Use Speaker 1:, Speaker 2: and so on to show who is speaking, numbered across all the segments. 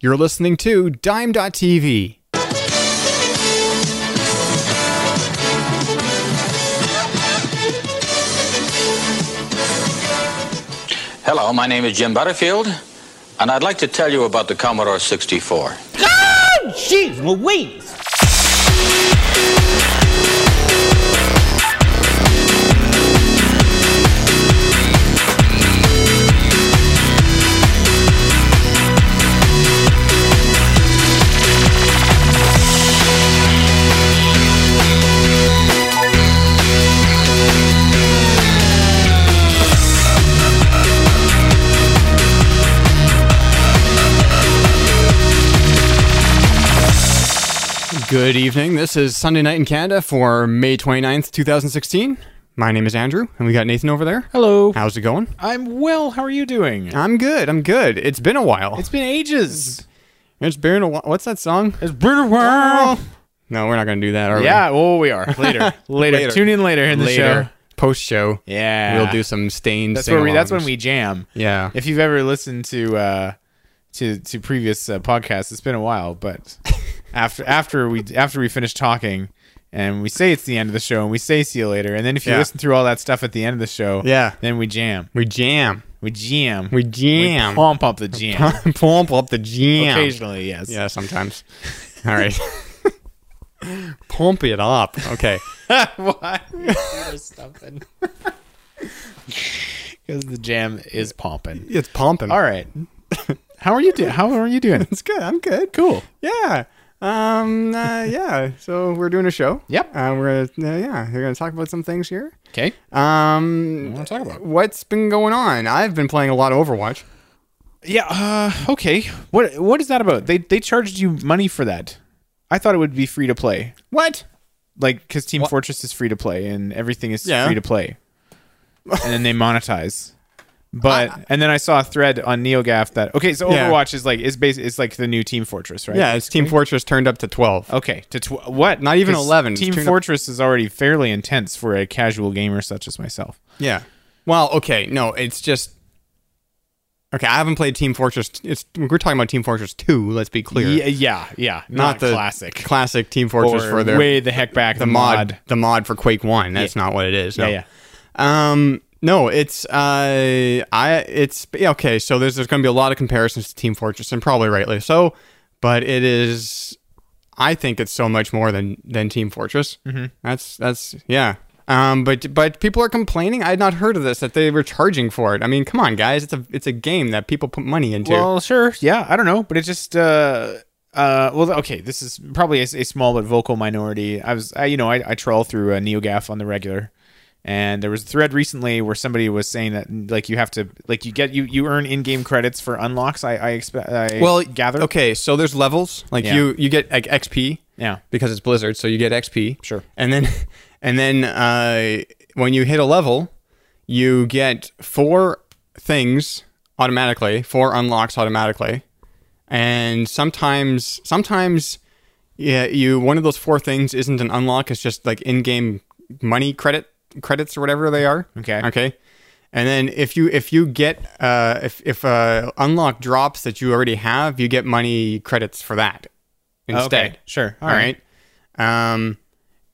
Speaker 1: You're listening to Dime.tv.
Speaker 2: Hello, my name is Jim Butterfield, and I'd like to tell you about the Commodore 64.
Speaker 3: God, jeez Louise!
Speaker 1: Good evening. This is Sunday Night in Canada for May 29th, 2016. My name is Andrew, and we got Nathan over there.
Speaker 4: Hello.
Speaker 1: How's it going?
Speaker 4: I'm well. How are you doing?
Speaker 1: I'm good. I'm good. It's been a while.
Speaker 4: It's been ages.
Speaker 1: It's been a while. What's that song?
Speaker 4: It's brutal world.
Speaker 1: No, we're not going to do that, are we?
Speaker 4: Yeah, well, we are. Later. later.
Speaker 1: Later.
Speaker 4: Tune in later in the
Speaker 1: Later,
Speaker 4: show.
Speaker 1: post show,
Speaker 4: Yeah.
Speaker 1: we'll do some stained
Speaker 4: That's where we that's when
Speaker 1: sing-alongs.
Speaker 4: we jam.
Speaker 1: Yeah.
Speaker 4: If you've ever listened to uh to to previous uh, podcasts, it's been a while, but after after we after we finish talking and we say it's the end of the show and we say see you later and then if you
Speaker 1: Yeah.
Speaker 4: listen through all that stuff at the end of the show,
Speaker 1: Yeah.
Speaker 4: then we jam.
Speaker 1: we jam.
Speaker 4: We jam.
Speaker 1: We jam.
Speaker 4: pump up the jam.
Speaker 1: Pump up the jam.
Speaker 4: Occasionally, yes.
Speaker 1: Yeah, sometimes. All right. Pump it up. Okay.
Speaker 4: Why? something. Because the jam is pumping.
Speaker 1: It's pumping.
Speaker 4: All right. How are you doing? How are you doing?
Speaker 1: It's good. I'm good.
Speaker 4: Cool.
Speaker 1: Yeah. Um. Uh, yeah. So we're doing a show.
Speaker 4: Yep.
Speaker 1: Uh, we're gonna, uh, yeah. We're gonna talk about some things here.
Speaker 4: Okay.
Speaker 1: Um.
Speaker 4: What do you wanna talk about?
Speaker 1: What's been going on? I've been playing a lot of Overwatch.
Speaker 4: Yeah. Uh, okay. What What is that about? They They charged you money for that. I thought it would be free to play,
Speaker 1: What?
Speaker 4: like because Team Fortress is free to play and everything is
Speaker 1: Yeah.
Speaker 4: free to play, and then they monetize. But and then I saw a thread on NeoGaf that okay, so
Speaker 1: Yeah.
Speaker 4: Overwatch is like is basically it's like the new Team Fortress, right?
Speaker 1: Yeah, it's Team Fortress turned up to twelve.
Speaker 4: Okay, to tw- what?
Speaker 1: Not even
Speaker 4: 'Cause
Speaker 1: 11, it's
Speaker 4: Team
Speaker 1: turned up-
Speaker 4: Fortress is already fairly intense for a casual gamer such as myself.
Speaker 1: Yeah. Well, okay. No, it's just. Okay, I haven't played Team Fortress. It's we're talking about Team Fortress Two. Let's be clear.
Speaker 4: Yeah, yeah, yeah. Not,
Speaker 1: the
Speaker 4: classic.
Speaker 1: Classic Team Fortress
Speaker 4: or
Speaker 1: for their
Speaker 4: way the heck back
Speaker 1: the mod, the mod for Quake One. That's not what it is. No.
Speaker 4: Yeah, yeah.
Speaker 1: Um, no, it's uh, I it's yeah, okay. So there's there's going to be a lot of comparisons to Team Fortress, and probably rightly so. But it is, I think it's so much more than than Team Fortress. Mm-hmm. That's that's yeah. Um, but but people are complaining. I had not heard of this that they were charging for it. I mean, come on, guys. It's a it's a game that people put money into.
Speaker 4: Well, sure. Yeah, I don't know, but it just uh uh well okay, this is probably a, a small but vocal minority. I was I, you know, I, I trawl through a NeoGaf on the regular. And there was a thread recently where somebody was saying that like you have to like you get you you earn in-game credits for unlocks. I I expect I
Speaker 1: well
Speaker 4: gather.
Speaker 1: okay so there's levels like
Speaker 4: Yeah.
Speaker 1: you you get like xp
Speaker 4: Yeah.
Speaker 1: because it's blizzard so you get xp
Speaker 4: Sure.
Speaker 1: and then and then uh when you hit a level you get four things automatically four unlocks automatically and sometimes sometimes yeah you one of those four things isn't an unlock it's just like in-game money credit credits or whatever they are
Speaker 4: Okay.
Speaker 1: okay and then if you if you get uh if if uh unlock drops that you already have you get money credits for that instead
Speaker 4: Okay. Sure.
Speaker 1: all right. um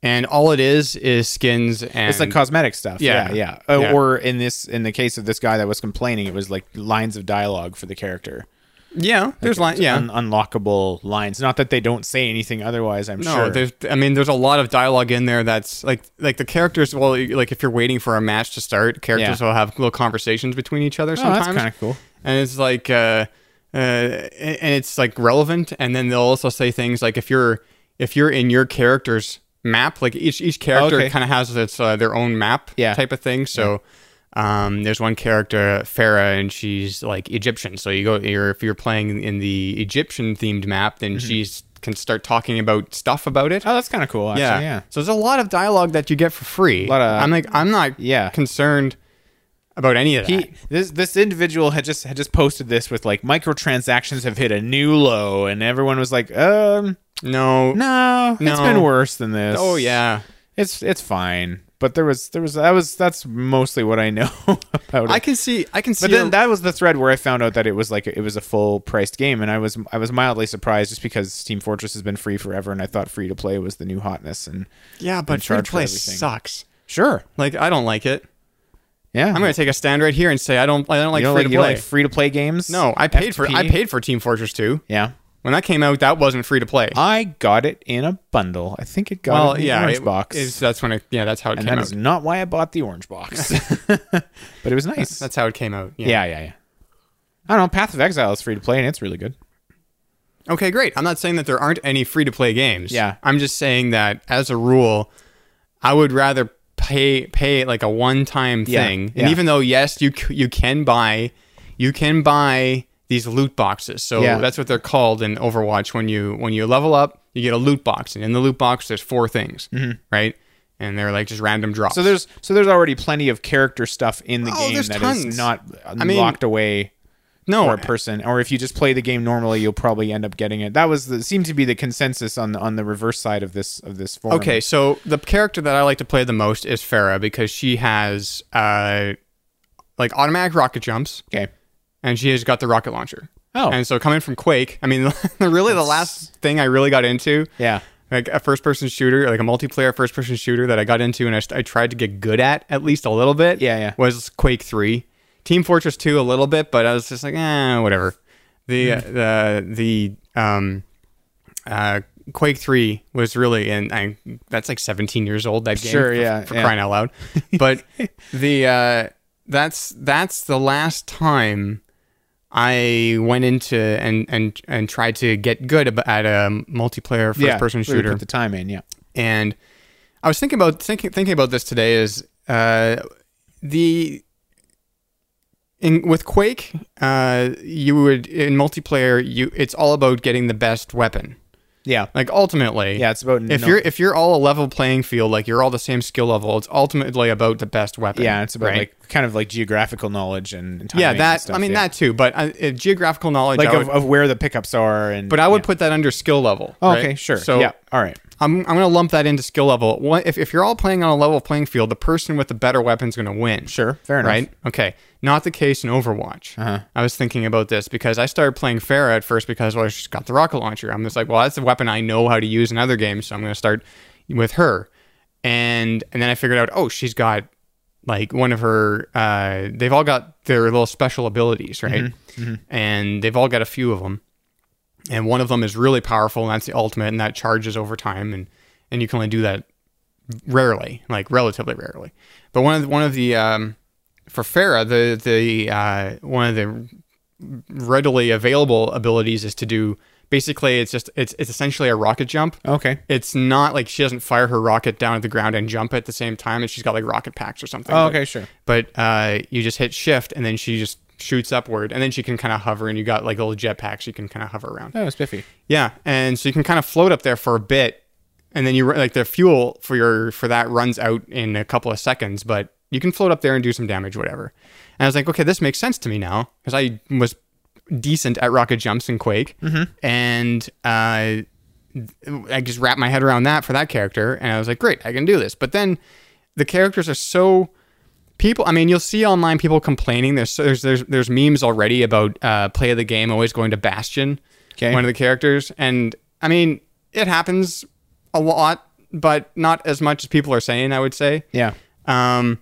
Speaker 1: and all it is is skins and
Speaker 4: It's like cosmetic stuff.
Speaker 1: Yeah.
Speaker 4: Yeah, yeah. Uh,
Speaker 1: Yeah.
Speaker 4: Or in this, in the case of this guy that was complaining, it was like lines of dialogue for the character.
Speaker 1: yeah there's like yeah
Speaker 4: Un- unlockable lines. Not that they don't say anything otherwise. I'm
Speaker 1: No,
Speaker 4: sure.
Speaker 1: there's. I mean, there's a lot of dialogue in there that's like, like the characters. Well, you- like if you're waiting for a match to start, characters
Speaker 4: Yeah.
Speaker 1: will have little conversations between each other
Speaker 4: Oh,
Speaker 1: sometimes.
Speaker 4: that's kind of cool.
Speaker 1: And it's like, uh, uh, and it's like relevant. And then they'll also say things like if you're if you're in your character's map, like each each character
Speaker 4: Okay.
Speaker 1: kind of has its uh, their own map
Speaker 4: Yeah.
Speaker 1: type of thing. So. Um, there's one character, Farah, and she's like Egyptian. So you go, you're, if you're playing in the Egyptian themed map, then she's can start talking about stuff about it.
Speaker 4: Mm-hmm. Oh, that's kind of cool. Actually.
Speaker 1: Yeah.
Speaker 4: Yeah. yeah.
Speaker 1: So there's a lot of dialogue that you get for free.
Speaker 4: Lot of-
Speaker 1: I'm like I'm not
Speaker 4: Yeah.
Speaker 1: concerned about any of that.
Speaker 4: He, this this individual had just had just posted this with like microtransactions have hit a new low, and everyone was like, um,
Speaker 1: no.
Speaker 4: no, it's
Speaker 1: No.
Speaker 4: been worse than this.
Speaker 1: Oh yeah.
Speaker 4: it's it's fine. But there was there was that was that's mostly what I know about it.
Speaker 1: I can see. I can see.
Speaker 4: But then
Speaker 1: a-
Speaker 4: that was the thread where I found out that it was like it was a full priced game, and I was I was mildly surprised just because Team Fortress has been free forever, and I thought free to play was the new hotness. And
Speaker 1: yeah, but free to
Speaker 4: charge for
Speaker 1: play
Speaker 4: everything.
Speaker 1: sucks.
Speaker 4: sure,
Speaker 1: Like I don't like it.
Speaker 4: yeah,
Speaker 1: I'm gonna take a stand right here and say I don't. I don't like
Speaker 4: you don't
Speaker 1: free
Speaker 4: like,
Speaker 1: to
Speaker 4: you don't
Speaker 1: play.
Speaker 4: like free to play games.
Speaker 1: no, I paid for. I
Speaker 4: FP?
Speaker 1: paid for Team Fortress 2
Speaker 4: Yeah,
Speaker 1: when that came out. That wasn't free to play.
Speaker 4: I got it in a bundle. I think it got Uh, it
Speaker 1: well,
Speaker 4: in the
Speaker 1: yeah,
Speaker 4: orange
Speaker 1: it-
Speaker 4: box,
Speaker 1: it's- that's when it. Yeah, that's how it
Speaker 4: and
Speaker 1: came
Speaker 4: that
Speaker 1: out.
Speaker 4: is not why I bought the orange box. but it was nice.
Speaker 1: that's how it came out. Yeah.
Speaker 4: yeah, yeah, yeah. I don't know. Path of Exile is free to play, and it's really good.
Speaker 1: Okay, great. I'm not saying that there aren't any free to play games.
Speaker 4: Yeah.
Speaker 1: I'm just saying that as a rule, I would rather pay pay like a one time
Speaker 4: Yeah,
Speaker 1: thing.
Speaker 4: yeah.
Speaker 1: And even though yes, you c- you can buy you can buy these loot boxes. So
Speaker 4: Yeah.
Speaker 1: that's what they're called in Overwatch when you when you level up, you get a loot box and in the loot box there's four things, right? And they're like just random drops.
Speaker 4: Mm-hmm. So there's so there's already plenty of character stuff in the
Speaker 1: Oh,
Speaker 4: game that
Speaker 1: there's
Speaker 4: is
Speaker 1: tons.
Speaker 4: not
Speaker 1: I mean-
Speaker 4: locked away
Speaker 1: no
Speaker 4: for a person. Or if you just play the game normally, you'll probably end up getting it. That was the seemed to be the consensus on the on the reverse side of this of this forum.
Speaker 1: Okay, so the character that I like to play the most is Farah because she has uh like automatic rocket jumps.
Speaker 4: Okay.
Speaker 1: and she has got the rocket launcher.
Speaker 4: Oh.
Speaker 1: and so coming from Quake, I mean, really the last thing I really got into,
Speaker 4: Yeah.
Speaker 1: like a first-person shooter, like a multiplayer first-person shooter that I got into and I, st- I tried to get good at at least a little bit.
Speaker 4: Yeah, yeah.
Speaker 1: Was Quake Three, Team Fortress Two a little bit, but I was just like, eh, whatever. The
Speaker 4: Hmm.
Speaker 1: uh, the the um uh Quake Three was really and I that's like 17 years old that game
Speaker 4: Sure,
Speaker 1: for,
Speaker 4: yeah,
Speaker 1: for
Speaker 4: yeah.
Speaker 1: crying out loud, but the uh that's that's the last time. I went into and and and tried to get good ab- at a multiplayer first
Speaker 4: yeah.
Speaker 1: person
Speaker 4: where you
Speaker 1: shooter.
Speaker 4: Put the time in. Yeah.
Speaker 1: and I was thinking about thinking thinking about this today is uh, the in with Quake uh, you would in multiplayer you it's all about getting the best weapon.
Speaker 4: Yeah.
Speaker 1: Like ultimately,
Speaker 4: Yeah, it's about
Speaker 1: if
Speaker 4: no-
Speaker 1: you're if you're all a level playing field, like you're all the same skill level. It's ultimately about the best weapon.
Speaker 4: yeah. It's about
Speaker 1: right?
Speaker 4: like kind of like geographical knowledge and, and timing
Speaker 1: yeah
Speaker 4: and
Speaker 1: that
Speaker 4: stuff,
Speaker 1: I mean
Speaker 4: yeah.
Speaker 1: that too. But uh, uh, geographical knowledge
Speaker 4: like
Speaker 1: I
Speaker 4: of,
Speaker 1: would-
Speaker 4: of where the pickups are and
Speaker 1: but I would
Speaker 4: yeah.
Speaker 1: put that under skill level.
Speaker 4: Oh,
Speaker 1: right?
Speaker 4: okay sure
Speaker 1: So
Speaker 4: yeah all right
Speaker 1: I'm, I'm going to lump that into skill level. One, if, if you're all playing on a level playing field, the person with the better weapon's going to win.
Speaker 4: Sure, fair enough. Uh-huh.
Speaker 1: Right? Okay. Not the case in Overwatch. I was thinking about this because I started playing Farah at first because, well, she's got the rocket launcher. I'm just like, well, that's the weapon I know how to use in other games, so I'm going to start with her. And and then I figured out, oh, she's got like one of her, uh, they've all got their little special abilities, right?
Speaker 4: Mm-hmm.
Speaker 1: And they've all got a few of them and one of them is really powerful and that's the ultimate and that charges over time and and you can only do that rarely like relatively rarely but one of the, one of the um for Farah the the uh one of the readily available abilities is to do basically it's just it's it's essentially a rocket jump
Speaker 4: okay
Speaker 1: it's not like she doesn't fire her rocket down at the ground and jump at the same time and she's got like rocket packs or something
Speaker 4: oh,
Speaker 1: But-
Speaker 4: okay sure
Speaker 1: but uh, you just hit shift and then she just shoots upward and then she can kind of hover and you got like little jetpacks you can kind of hover around
Speaker 4: that was spiffy
Speaker 1: yeah, and so you can kind of float up there for a bit, and then you like the fuel for your for that runs out in a couple of seconds, but you can float up there and do some damage, whatever. And I was like, okay, this makes sense to me now because I was decent at rocket jumps in Quake, and uh, I just wrapped my head around that for that character, and I was like, great, I can do this. But then the characters are so people. I mean, you'll see online people complaining. There's there's there's, there's memes already about uh, play of the game always going to Bastion,
Speaker 4: Okay.
Speaker 1: one of the characters, and I mean it happens a lot, but not as much as people are saying. I would say.
Speaker 4: yeah
Speaker 1: Um.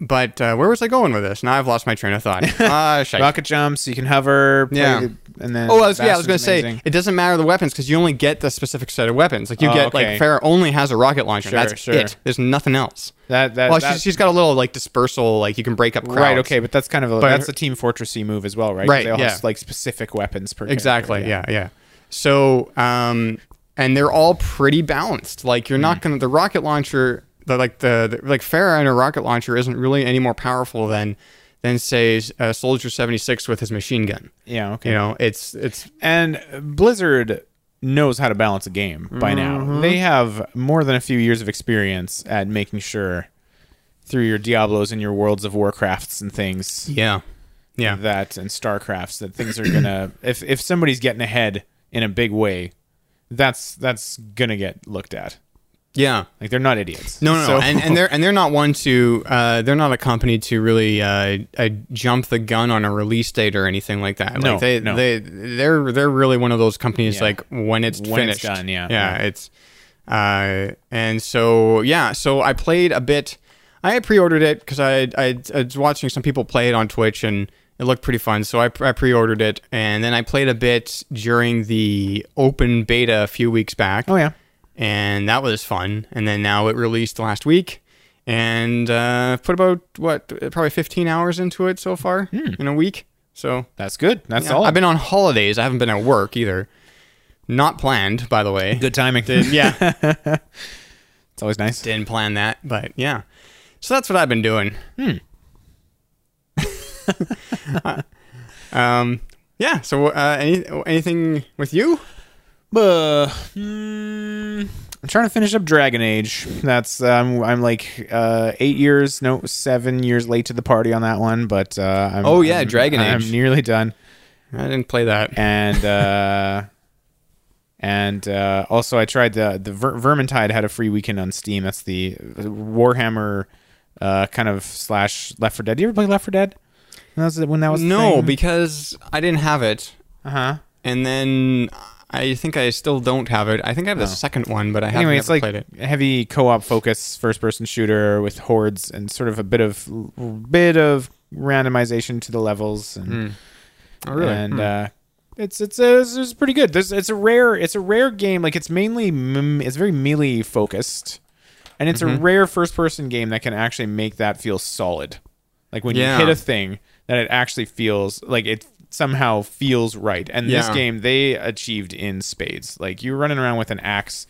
Speaker 1: But uh, where was I going with this? Now I've lost my train of thought. Ah, shite.
Speaker 4: rocket jumps you can hover play
Speaker 1: Yeah.
Speaker 4: the- and then
Speaker 1: Oh, I was, yeah, I was going to
Speaker 4: Bastion's
Speaker 1: say
Speaker 4: amazing.
Speaker 1: it doesn't matter the weapons because you only get the specific set of weapons. Like you
Speaker 4: Oh,
Speaker 1: get
Speaker 4: okay.
Speaker 1: like Farah only has a rocket launcher.
Speaker 4: Sure,
Speaker 1: that's
Speaker 4: sure.
Speaker 1: it. There's nothing else.
Speaker 4: That- that-
Speaker 1: well,
Speaker 4: that-
Speaker 1: she's, she's got a little like dispersal. Like you can break up crowds.
Speaker 4: Right. Okay, but that's kind of a,
Speaker 1: But-
Speaker 4: that's a team fortressy move as well, right? 'Cause
Speaker 1: Right,
Speaker 4: They all
Speaker 1: yeah.
Speaker 4: have like specific weapons per. character,
Speaker 1: Exactly. Yeah. yeah. So, um, and they're all pretty balanced. Like you're
Speaker 4: Hmm.
Speaker 1: not gonna the rocket launcher, the like the, the like Farah and her rocket launcher isn't really any more powerful than than say uh, Soldier 76 with his machine gun.
Speaker 4: Yeah. Okay.
Speaker 1: You know, it's it's
Speaker 4: And Blizzard knows how to balance a game by
Speaker 1: Mm-hmm.
Speaker 4: now. They have more than a few years of experience at making sure through your Diablos and your Worlds of Warcrafts and things
Speaker 1: yeah, yeah.
Speaker 4: that and Starcrafts that things are gonna if if somebody's getting ahead in a big way, that's that's gonna get looked at.
Speaker 1: Yeah.
Speaker 4: Like they're not idiots.
Speaker 1: No, no,
Speaker 4: So-
Speaker 1: no. and and they're and they're not one to uh, they're not a company to really uh, uh, jump the gun on a release date or anything like that.
Speaker 4: No,
Speaker 1: like they
Speaker 4: no.
Speaker 1: they they're they're really one of those companies
Speaker 4: Yeah.
Speaker 1: like when it's
Speaker 4: When it's
Speaker 1: finished,
Speaker 4: done, yeah,
Speaker 1: yeah, it's uh, and so yeah, so I played a bit. I had pre-ordered it because I, I I was watching some people play it on Twitch and it looked pretty fun, so I, I pre-ordered it and then I played a bit during the open beta a few weeks back
Speaker 4: oh yeah.
Speaker 1: and that was fun. And then now it released last week, and uh, put about what probably 15 hours into it so far in a week. So
Speaker 4: That's good. That's
Speaker 1: yeah.
Speaker 4: all.
Speaker 1: I've been on holidays. I haven't been at work either. Not planned, by the way.
Speaker 4: good timing.
Speaker 1: Yeah,
Speaker 4: It's always nice.
Speaker 1: didn't plan that, but yeah. So that's what I've been doing. Hmm. Uh, um. Yeah. So uh, any, anything with you?
Speaker 4: Uh, mm, I'm trying to finish up Dragon Age. That's um, I'm like uh, eight years, no, seven years late to the party on that one. But uh, I'm,
Speaker 1: Oh, yeah,
Speaker 4: I'm-
Speaker 1: Dragon
Speaker 4: I'm
Speaker 1: Age.
Speaker 4: nearly done,
Speaker 1: I didn't play that.
Speaker 4: and uh, and uh, also I tried the the Ver- Vermintide had a free weekend on Steam. That's the Warhammer uh, kind of slash Left 4 Dead. Do you ever play Left 4 Dead? When that was when that was a
Speaker 1: No,
Speaker 4: thing?
Speaker 1: because I didn't have it.
Speaker 4: uh-huh.
Speaker 1: and then I think I still don't have it. I think I have the second one, but I haven't
Speaker 4: Oh. anyway,
Speaker 1: ever
Speaker 4: it's like
Speaker 1: played it.
Speaker 4: heavy co-op focus first-person shooter with hordes and sort of a bit of bit of randomization to the levels and
Speaker 1: Oh, really?
Speaker 4: and uh, it's it's uh, it's, it's pretty good. There's, it's a rare it's a rare game. Like it's mainly m- it's very melee focused, and it's
Speaker 1: Mm-hmm.
Speaker 4: a rare first person game that can actually make that feel solid. Like when
Speaker 1: Yeah.
Speaker 4: you hit a thing, that it actually feels like it somehow feels right. And this
Speaker 1: Yeah.
Speaker 4: game they achieved in spades. Like you're running around with an axe,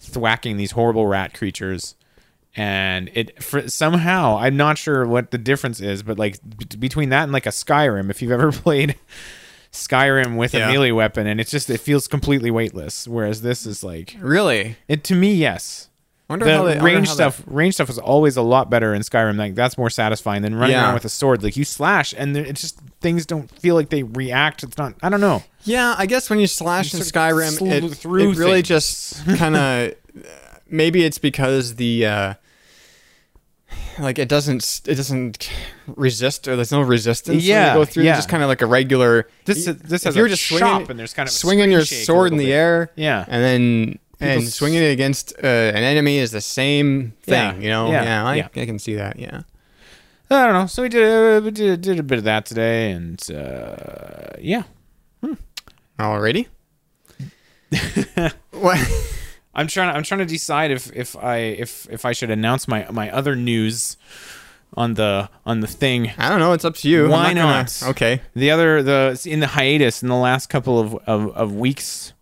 Speaker 4: thwacking these horrible rat creatures and it for, somehow I'm not sure what the difference is, but like b- between that and like a Skyrim, if you've ever played Skyrim with
Speaker 1: Yeah.
Speaker 4: a melee weapon, and it's just it feels completely weightless. Whereas this is like
Speaker 1: really?
Speaker 4: it to me, yes.
Speaker 1: Wonder how they- I
Speaker 4: The
Speaker 1: wonder
Speaker 4: range
Speaker 1: how that-
Speaker 4: stuff, range stuff is always a lot better in Skyrim. Like that's more satisfying than running
Speaker 1: Yeah.
Speaker 4: around with a sword. Like you slash, and there- it's just things don't feel like they react. It's not. I don't know.
Speaker 1: Yeah, I guess when you slash in
Speaker 4: sort of
Speaker 1: Skyrim,
Speaker 4: slew
Speaker 1: it,
Speaker 4: through
Speaker 1: it really
Speaker 4: things.
Speaker 1: just kind of maybe it's because the uh, like it doesn't s- it doesn't resist or there's no resistance.
Speaker 4: Yeah,
Speaker 1: when you go through
Speaker 4: yeah.
Speaker 1: just kind of like a regular.
Speaker 4: This is- this
Speaker 1: if
Speaker 4: has
Speaker 1: you're
Speaker 4: a
Speaker 1: just
Speaker 4: chop
Speaker 1: swinging,
Speaker 4: and there's kind of a
Speaker 1: swinging
Speaker 4: screen
Speaker 1: your
Speaker 4: shake a
Speaker 1: sword in
Speaker 4: little
Speaker 1: the
Speaker 4: bit.
Speaker 1: air.
Speaker 4: Yeah.
Speaker 1: and then and
Speaker 4: s-
Speaker 1: swinging it against uh, an enemy is the same thing.
Speaker 4: Yeah,
Speaker 1: You know,
Speaker 4: yeah,
Speaker 1: yeah, I,
Speaker 4: yeah.
Speaker 1: I can see that. Yeah.
Speaker 4: I don't know. So we did uh, we did, did a bit of that today, and uh, yeah,
Speaker 1: Already? what?
Speaker 4: I'm trying. I'm trying to decide if if I if if I should announce my my other news on the on the thing.
Speaker 1: I don't know. It's up to you. I'm
Speaker 4: Why
Speaker 1: gonna-
Speaker 4: not?
Speaker 1: Okay.
Speaker 4: The other the it's in the hiatus in the last couple of of, of weeks.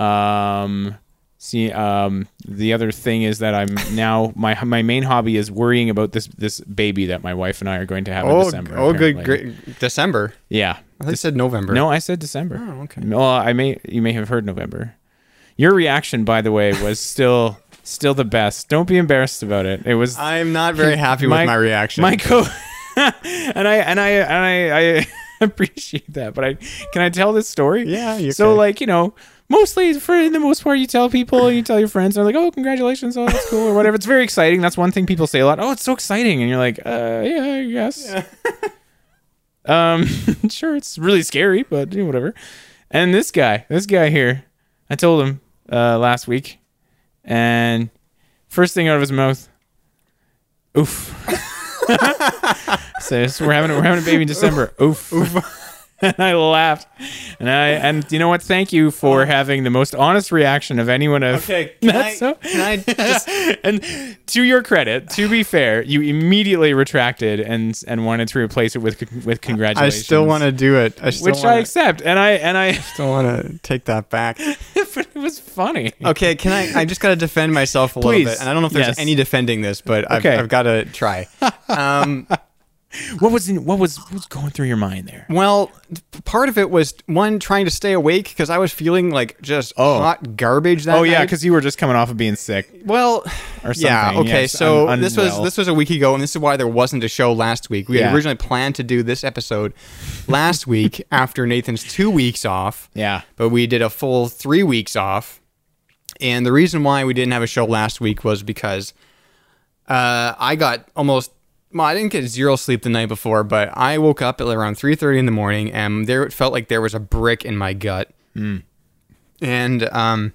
Speaker 4: Um, see, um, the other thing is that I'm now my my main hobby is worrying about this this baby that my wife and I are going to have in
Speaker 1: Oh,
Speaker 4: December.
Speaker 1: oh, good.
Speaker 4: apparently.
Speaker 1: Great. December.
Speaker 4: Yeah.
Speaker 1: I thought you said November.
Speaker 4: No, I said December.
Speaker 1: Oh, okay.
Speaker 4: Well, I may you may have heard November. Your reaction, by the way, was still still the best. Don't be embarrassed about it. It was
Speaker 1: I'm not very happy with my reaction.
Speaker 4: My co- and I and I and I, I appreciate that, but I can I tell this story?
Speaker 1: Yeah, you
Speaker 4: So
Speaker 1: can.
Speaker 4: like you know, mostly for the most part, you tell people, you tell your friends, and they're like, "Oh, congratulations! Oh, that's cool," or whatever. It's very exciting. That's one thing people say a lot. Oh, it's so exciting, and you're like, "Uh, yeah, I guess." um, sure, it's really scary, but you know, whatever. And this guy, this guy here, I told him uh, last week, and first thing out of his mouth, oof. so, so we're having we're having a baby in December. Oof. and I laughed, and I and you know what? Thank you for having the most honest reaction of anyone of.
Speaker 1: Okay. Can
Speaker 4: That's
Speaker 1: I,
Speaker 4: so-
Speaker 1: can I just.
Speaker 4: and to your credit, to be fair, you immediately retracted and and wanted to replace it with with
Speaker 1: I
Speaker 4: congratulations.
Speaker 1: still want to do it. I still
Speaker 4: which I
Speaker 1: want to
Speaker 4: accept, and I and I.
Speaker 1: still want to take that back.
Speaker 4: but it was funny.
Speaker 1: Okay, can I? I just got to defend myself a
Speaker 4: Please.
Speaker 1: little bit, and I don't know if there's
Speaker 4: Yes.
Speaker 1: any defending this, but I've,
Speaker 4: Okay.
Speaker 1: I've got to try. Um,
Speaker 4: What was in, what was what was going through your mind there?
Speaker 1: Well, p- part of it was one trying to stay awake because I was feeling like just hot garbage. That
Speaker 4: Oh yeah,
Speaker 1: night.
Speaker 4: because you were just coming off of being sick.
Speaker 1: well,
Speaker 4: Or
Speaker 1: yeah,
Speaker 4: something,
Speaker 1: okay.
Speaker 4: yes,
Speaker 1: so
Speaker 4: un-
Speaker 1: this was
Speaker 4: unwell.
Speaker 1: this was a week ago, and this is why there wasn't a show last week. We
Speaker 4: Yeah.
Speaker 1: had originally planned to do this episode last week after Nathan's two weeks off.
Speaker 4: Yeah.
Speaker 1: but we did a full three weeks off. And the reason why we didn't have a show last week was because uh, I got almost. Well, I didn't get zero sleep the night before, but I woke up at around three thirty in the morning, and there it felt like there was a brick in my gut.
Speaker 4: Hmm.
Speaker 1: And um,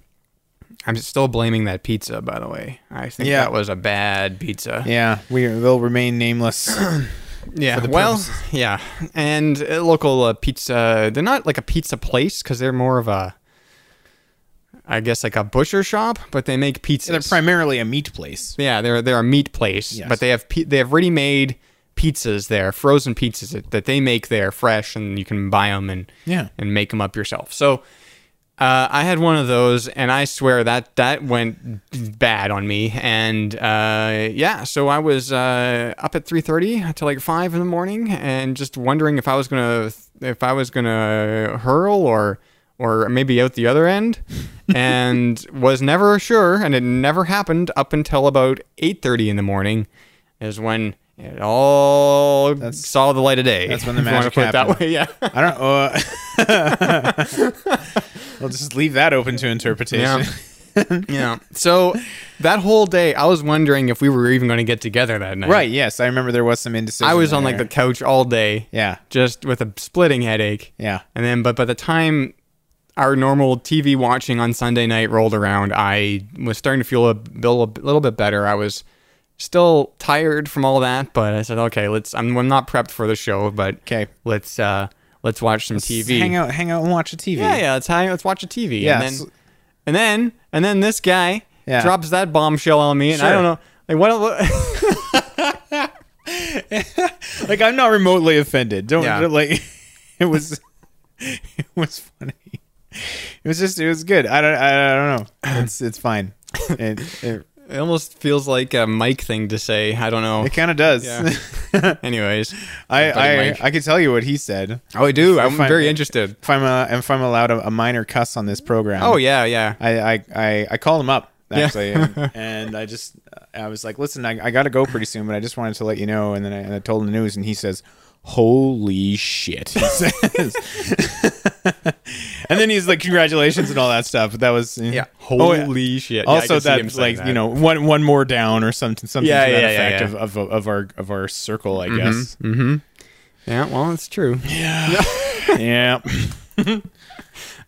Speaker 1: I'm still blaming that pizza, by the way. I think
Speaker 4: Yeah.
Speaker 1: that was a bad pizza.
Speaker 4: Yeah, we they'll remain nameless.
Speaker 1: Yeah.
Speaker 4: the
Speaker 1: well,
Speaker 4: purposes.
Speaker 1: yeah. And a local uh, pizza, they're not like a pizza place because they're more of a, I guess like a butcher shop, but they make pizzas.
Speaker 4: They're primarily a meat place.
Speaker 1: yeah, they're they're a meat place,
Speaker 4: Yes.
Speaker 1: but they have pi- they have ready made pizzas there, frozen pizzas that, that they make there fresh, and you can buy them and
Speaker 4: Yeah.
Speaker 1: and make them up yourself. So. Uh, I had one of those, and I swear that that went bad on me. And uh, yeah, so I was uh, up at three thirty to like five in the morning, and just wondering if I was gonna if I was gonna hurl or or maybe out the other end, and was never sure. And it never happened up until about eight thirty in the morning, is when it all saw the light of day.
Speaker 4: that's when the
Speaker 1: if you wanna
Speaker 4: magic
Speaker 1: put it
Speaker 4: happened.
Speaker 1: That way, yeah.
Speaker 4: I don't. Uh, we'll just leave that open to interpretation.
Speaker 1: Yeah. So that whole day, I was wondering if we were even going to get together that night.
Speaker 4: Right. Yes, I remember there was some indecision.
Speaker 1: I was on like the
Speaker 4: there.
Speaker 1: couch all day.
Speaker 4: Yeah.
Speaker 1: Just with a splitting headache.
Speaker 4: Yeah.
Speaker 1: And then, but by the time our normal TV watching on Sunday night rolled around, I was starting to feel a, feel a little bit better. I was still tired from all that, but I said, okay, let's. I'm, I'm not prepped for the show, but
Speaker 4: 'Kay.
Speaker 1: let's uh, let's watch some TV.
Speaker 4: Hang out. Hang out and watch the TV.
Speaker 1: Yeah, yeah. Let's hang. Let's watch a TV.
Speaker 4: Yeah,
Speaker 1: And
Speaker 4: so-
Speaker 1: then, and then, and then this guy
Speaker 4: Yeah.
Speaker 1: drops that bombshell on me, and I
Speaker 4: Sure.
Speaker 1: don't know. Like what? what-
Speaker 4: Like I'm not remotely offended. Don't
Speaker 1: Yeah.
Speaker 4: don't, like. It was. It was funny. It was just. It was good. I don't. I don't know. It's. It's fine. It. It,
Speaker 1: it almost feels like a Mike thing to say. I don't know.
Speaker 4: it kind of does.
Speaker 1: Anyways,
Speaker 4: I.
Speaker 1: Buddy
Speaker 4: I.
Speaker 1: Mike.
Speaker 4: I could tell you what he said.
Speaker 1: oh, I do. I'm
Speaker 4: Fine.
Speaker 1: very interested.
Speaker 4: If I'm. Uh, if I'm allowed a, a minor cuss on this program.
Speaker 1: Oh yeah, yeah.
Speaker 4: I I I, I called him up actually, and, and I just I was like, listen, I, I got to go pretty soon, but I just wanted to let you know. And then I, and I told him the news, and he says, "Holy shit!" He says. and then he's like, "Congratulations" and all that stuff. But that was
Speaker 1: yeah.
Speaker 4: Oh, yeah.
Speaker 1: Holy shit. Yeah, I
Speaker 4: Also,
Speaker 1: can see him
Speaker 4: that's
Speaker 1: saying
Speaker 4: like
Speaker 1: that.
Speaker 4: you know one one more down or something something
Speaker 1: Yeah,
Speaker 4: to that
Speaker 1: yeah, yeah, Mm-hmm.
Speaker 4: effect
Speaker 1: yeah.
Speaker 4: Of, of of our of our circle, I guess.
Speaker 1: Yeah. Well, it's true. Mm-hmm.
Speaker 4: Yeah,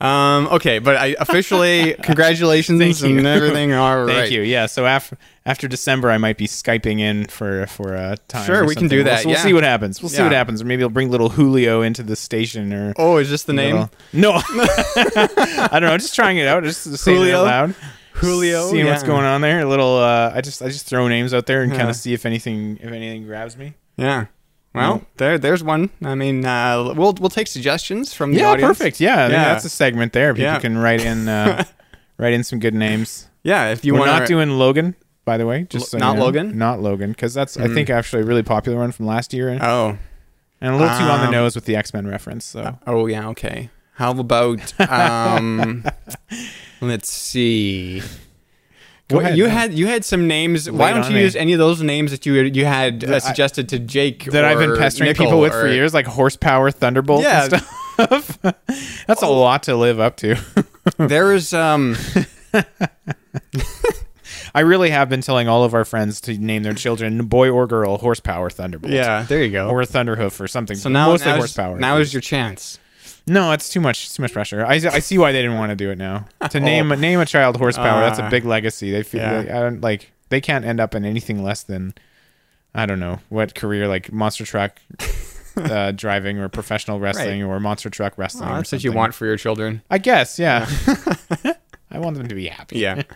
Speaker 1: Um. Okay, but I officially congratulations
Speaker 4: you.
Speaker 1: and everything. All right.
Speaker 4: thank you. Yeah, so after after December, I might be skyping in for for a time.
Speaker 1: Sure,
Speaker 4: or
Speaker 1: we can
Speaker 4: something.
Speaker 1: do
Speaker 4: We'll-
Speaker 1: that,
Speaker 4: We'll,
Speaker 1: yeah.
Speaker 4: see what happens. We'll see what
Speaker 1: Yeah.
Speaker 4: happens. Or maybe I'll bring little Julio into the station or.
Speaker 1: Oh, is this the name?
Speaker 4: little- No, I don't know. Just trying it out. Just saying it
Speaker 1: Julio?
Speaker 4: out loud.
Speaker 1: Julio,
Speaker 4: seeing what's
Speaker 1: yeah.
Speaker 4: going on there. A little. Uh, I just I just throw names out there and kind
Speaker 1: Yeah.
Speaker 4: of see if anything if anything grabs me.
Speaker 1: Yeah. Well, there, there's one. I mean, uh, we'll we'll take suggestions from the
Speaker 4: Yeah,
Speaker 1: audience.
Speaker 4: perfect. Yeah, I think
Speaker 1: Yeah.
Speaker 4: that's a segment there. People
Speaker 1: Yeah.
Speaker 4: can write in uh, write in some good names.
Speaker 1: Yeah, if you
Speaker 4: We're
Speaker 1: want
Speaker 4: not doing Logan, by the way. Just so you
Speaker 1: not
Speaker 4: know.
Speaker 1: Logan? Mm.
Speaker 4: not Logan, because that's I think actually a really popular one from last year, and
Speaker 1: Oh,
Speaker 4: a little too on the
Speaker 1: um,
Speaker 4: nose with the X Men reference. So
Speaker 1: oh yeah, okay. How about um let's see. What,
Speaker 4: ahead,
Speaker 1: you
Speaker 4: no.
Speaker 1: had you had some names. Why don't
Speaker 4: on
Speaker 1: you
Speaker 4: me.
Speaker 1: use any of those names that you you had uh, suggested to Jake
Speaker 4: that I've been
Speaker 1: or
Speaker 4: pestering
Speaker 1: Nickel
Speaker 4: people with for
Speaker 1: or-
Speaker 4: years, like horsepower, thunderbolt,
Speaker 1: Yeah.
Speaker 4: and stuff. that's a lot to live up to.
Speaker 1: There is um
Speaker 4: I really have been telling all of our friends to name their children, boy or girl, horsepower, thunderbolt.
Speaker 1: yeah, there you go.
Speaker 4: Or thunderhoof or something.
Speaker 1: so now
Speaker 4: mostly
Speaker 1: now's-
Speaker 4: horsepower.
Speaker 1: Now is your chance.
Speaker 4: no, it's too much. Too much pressure. I, I see why they didn't want to do it now. To name name a child horsepower, that's a
Speaker 1: Oh. Ah.
Speaker 4: big legacy. They feel
Speaker 1: Yeah.
Speaker 4: like, I don't like they can't end up in anything less than I don't know what career like monster truck uh, driving or professional wrestling or monster truck wrestling.
Speaker 1: Oh,
Speaker 4: or
Speaker 1: that's what you
Speaker 4: something.
Speaker 1: want for your children.
Speaker 4: I guess, yeah. I want them to be happy.
Speaker 1: Yeah.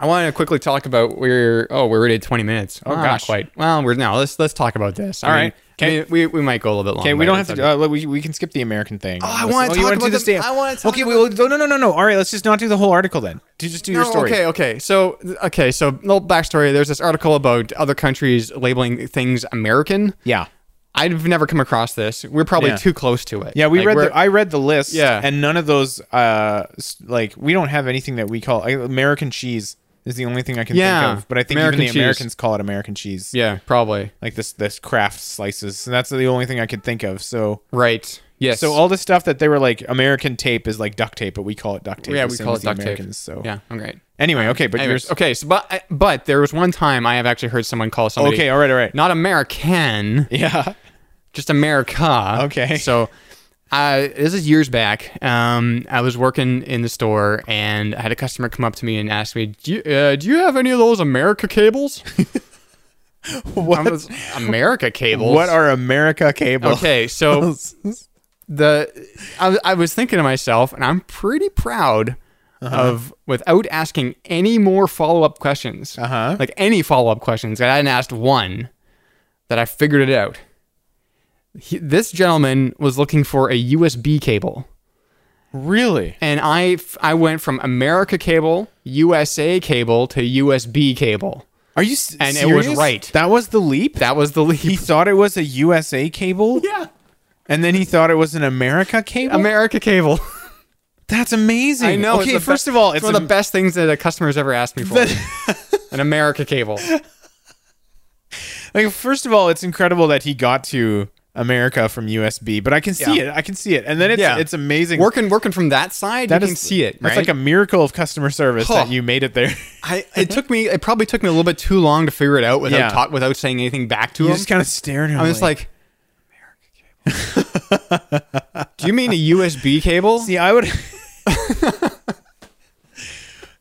Speaker 1: I want to quickly talk about we're oh we're already at twenty minutes. Oh not
Speaker 4: gosh.
Speaker 1: quite. Well, we're now let's let's talk about this. All
Speaker 4: All
Speaker 1: right.
Speaker 4: right. 'Kay.
Speaker 1: we, we might go a little bit long.
Speaker 4: Okay, we
Speaker 1: but
Speaker 4: don't
Speaker 1: it's
Speaker 4: have to.
Speaker 1: okay.
Speaker 4: Uh, we, we can skip the American thing. Oh,
Speaker 1: I wanna talk about the- I wanna talk
Speaker 4: Okay, we will. No, no, no, no, no. All right, let's just not do the whole article then. Do just do uh, your
Speaker 1: No,
Speaker 4: story.
Speaker 1: Okay, okay. So okay, so little backstory. There's this article about other countries labeling things American.
Speaker 4: Yeah.
Speaker 1: I've never come across this. We're probably
Speaker 4: Yeah.
Speaker 1: too close to it.
Speaker 4: Yeah, we
Speaker 1: Like,
Speaker 4: read.
Speaker 1: we're-
Speaker 4: The, I read the list.
Speaker 1: Yeah.
Speaker 4: and none of those. Uh, s- like we don't have anything that we call I- American cheese. Is the only thing I can
Speaker 1: Yeah,
Speaker 4: think of. But I think
Speaker 1: American
Speaker 4: even the
Speaker 1: cheese.
Speaker 4: Americans call it American cheese.
Speaker 1: yeah, probably
Speaker 4: like this this craft slices. And that's the only thing I could think of. So
Speaker 1: right. Yes.
Speaker 4: So all the stuff that they were like American tape is like duct tape, but we call it duct tape.
Speaker 1: yeah,
Speaker 4: the
Speaker 1: we
Speaker 4: same
Speaker 1: call it
Speaker 4: as the
Speaker 1: duct tape.
Speaker 4: Americans, So
Speaker 1: yeah, I'm great.
Speaker 4: Anyway, okay, but
Speaker 1: Anyways,
Speaker 4: yours. Okay.
Speaker 1: okay, so but but there was one time I have actually heard someone call somebody
Speaker 4: okay, all right, all right.
Speaker 1: not American,
Speaker 4: yeah.
Speaker 1: just America.
Speaker 4: Okay.
Speaker 1: So I this is years back. Um, I was working in the store and I had a customer come up to me and ask me, "Do you, uh, do you have any of those America cables?" I
Speaker 4: What?
Speaker 1: was, America cables.
Speaker 4: what are America cables?
Speaker 1: Okay, so Oh. the I, I was thinking to myself, and I'm pretty proud of without asking any more follow up questions,
Speaker 4: Uh-huh.
Speaker 1: like any follow up questions. I hadn't asked one that I figured it out. He, this gentleman was looking for a USB cable,
Speaker 4: really?
Speaker 1: and I f- I went from America cable, USA cable to USB cable.
Speaker 4: Are you s-
Speaker 1: And it was
Speaker 4: serious?
Speaker 1: right.
Speaker 4: That was the leap.
Speaker 1: That was the
Speaker 4: he
Speaker 1: leap.
Speaker 4: thought it was a USA cable,
Speaker 1: Yeah,
Speaker 4: and then he thought it was an America cable.
Speaker 1: America cable.
Speaker 4: That's amazing.
Speaker 1: I know. it's
Speaker 4: Okay,
Speaker 1: the
Speaker 4: first
Speaker 1: be-
Speaker 4: of all, it's,
Speaker 1: one of
Speaker 4: am-
Speaker 1: the best things that a customer's ever asked me for. An America cable.
Speaker 4: Like, first of all, it's incredible that he got to America from USB, but I can see
Speaker 1: Yeah.
Speaker 4: it. I can see it, and then it's
Speaker 1: Yeah.
Speaker 4: it's amazing.
Speaker 1: Working, working from that side,
Speaker 4: That
Speaker 1: you can
Speaker 4: is-
Speaker 1: see it.
Speaker 4: That's
Speaker 1: right?
Speaker 4: like a miracle of customer service
Speaker 1: Huh.
Speaker 4: that you made it there.
Speaker 1: I, it took me. It probably took me a little bit too long to figure it out without
Speaker 4: Yeah.
Speaker 1: talk, without saying anything back to
Speaker 4: you
Speaker 1: him.
Speaker 4: just kind of stared at him.
Speaker 1: I'm just like, America cable. Do you mean a USB cable?
Speaker 4: see, I would.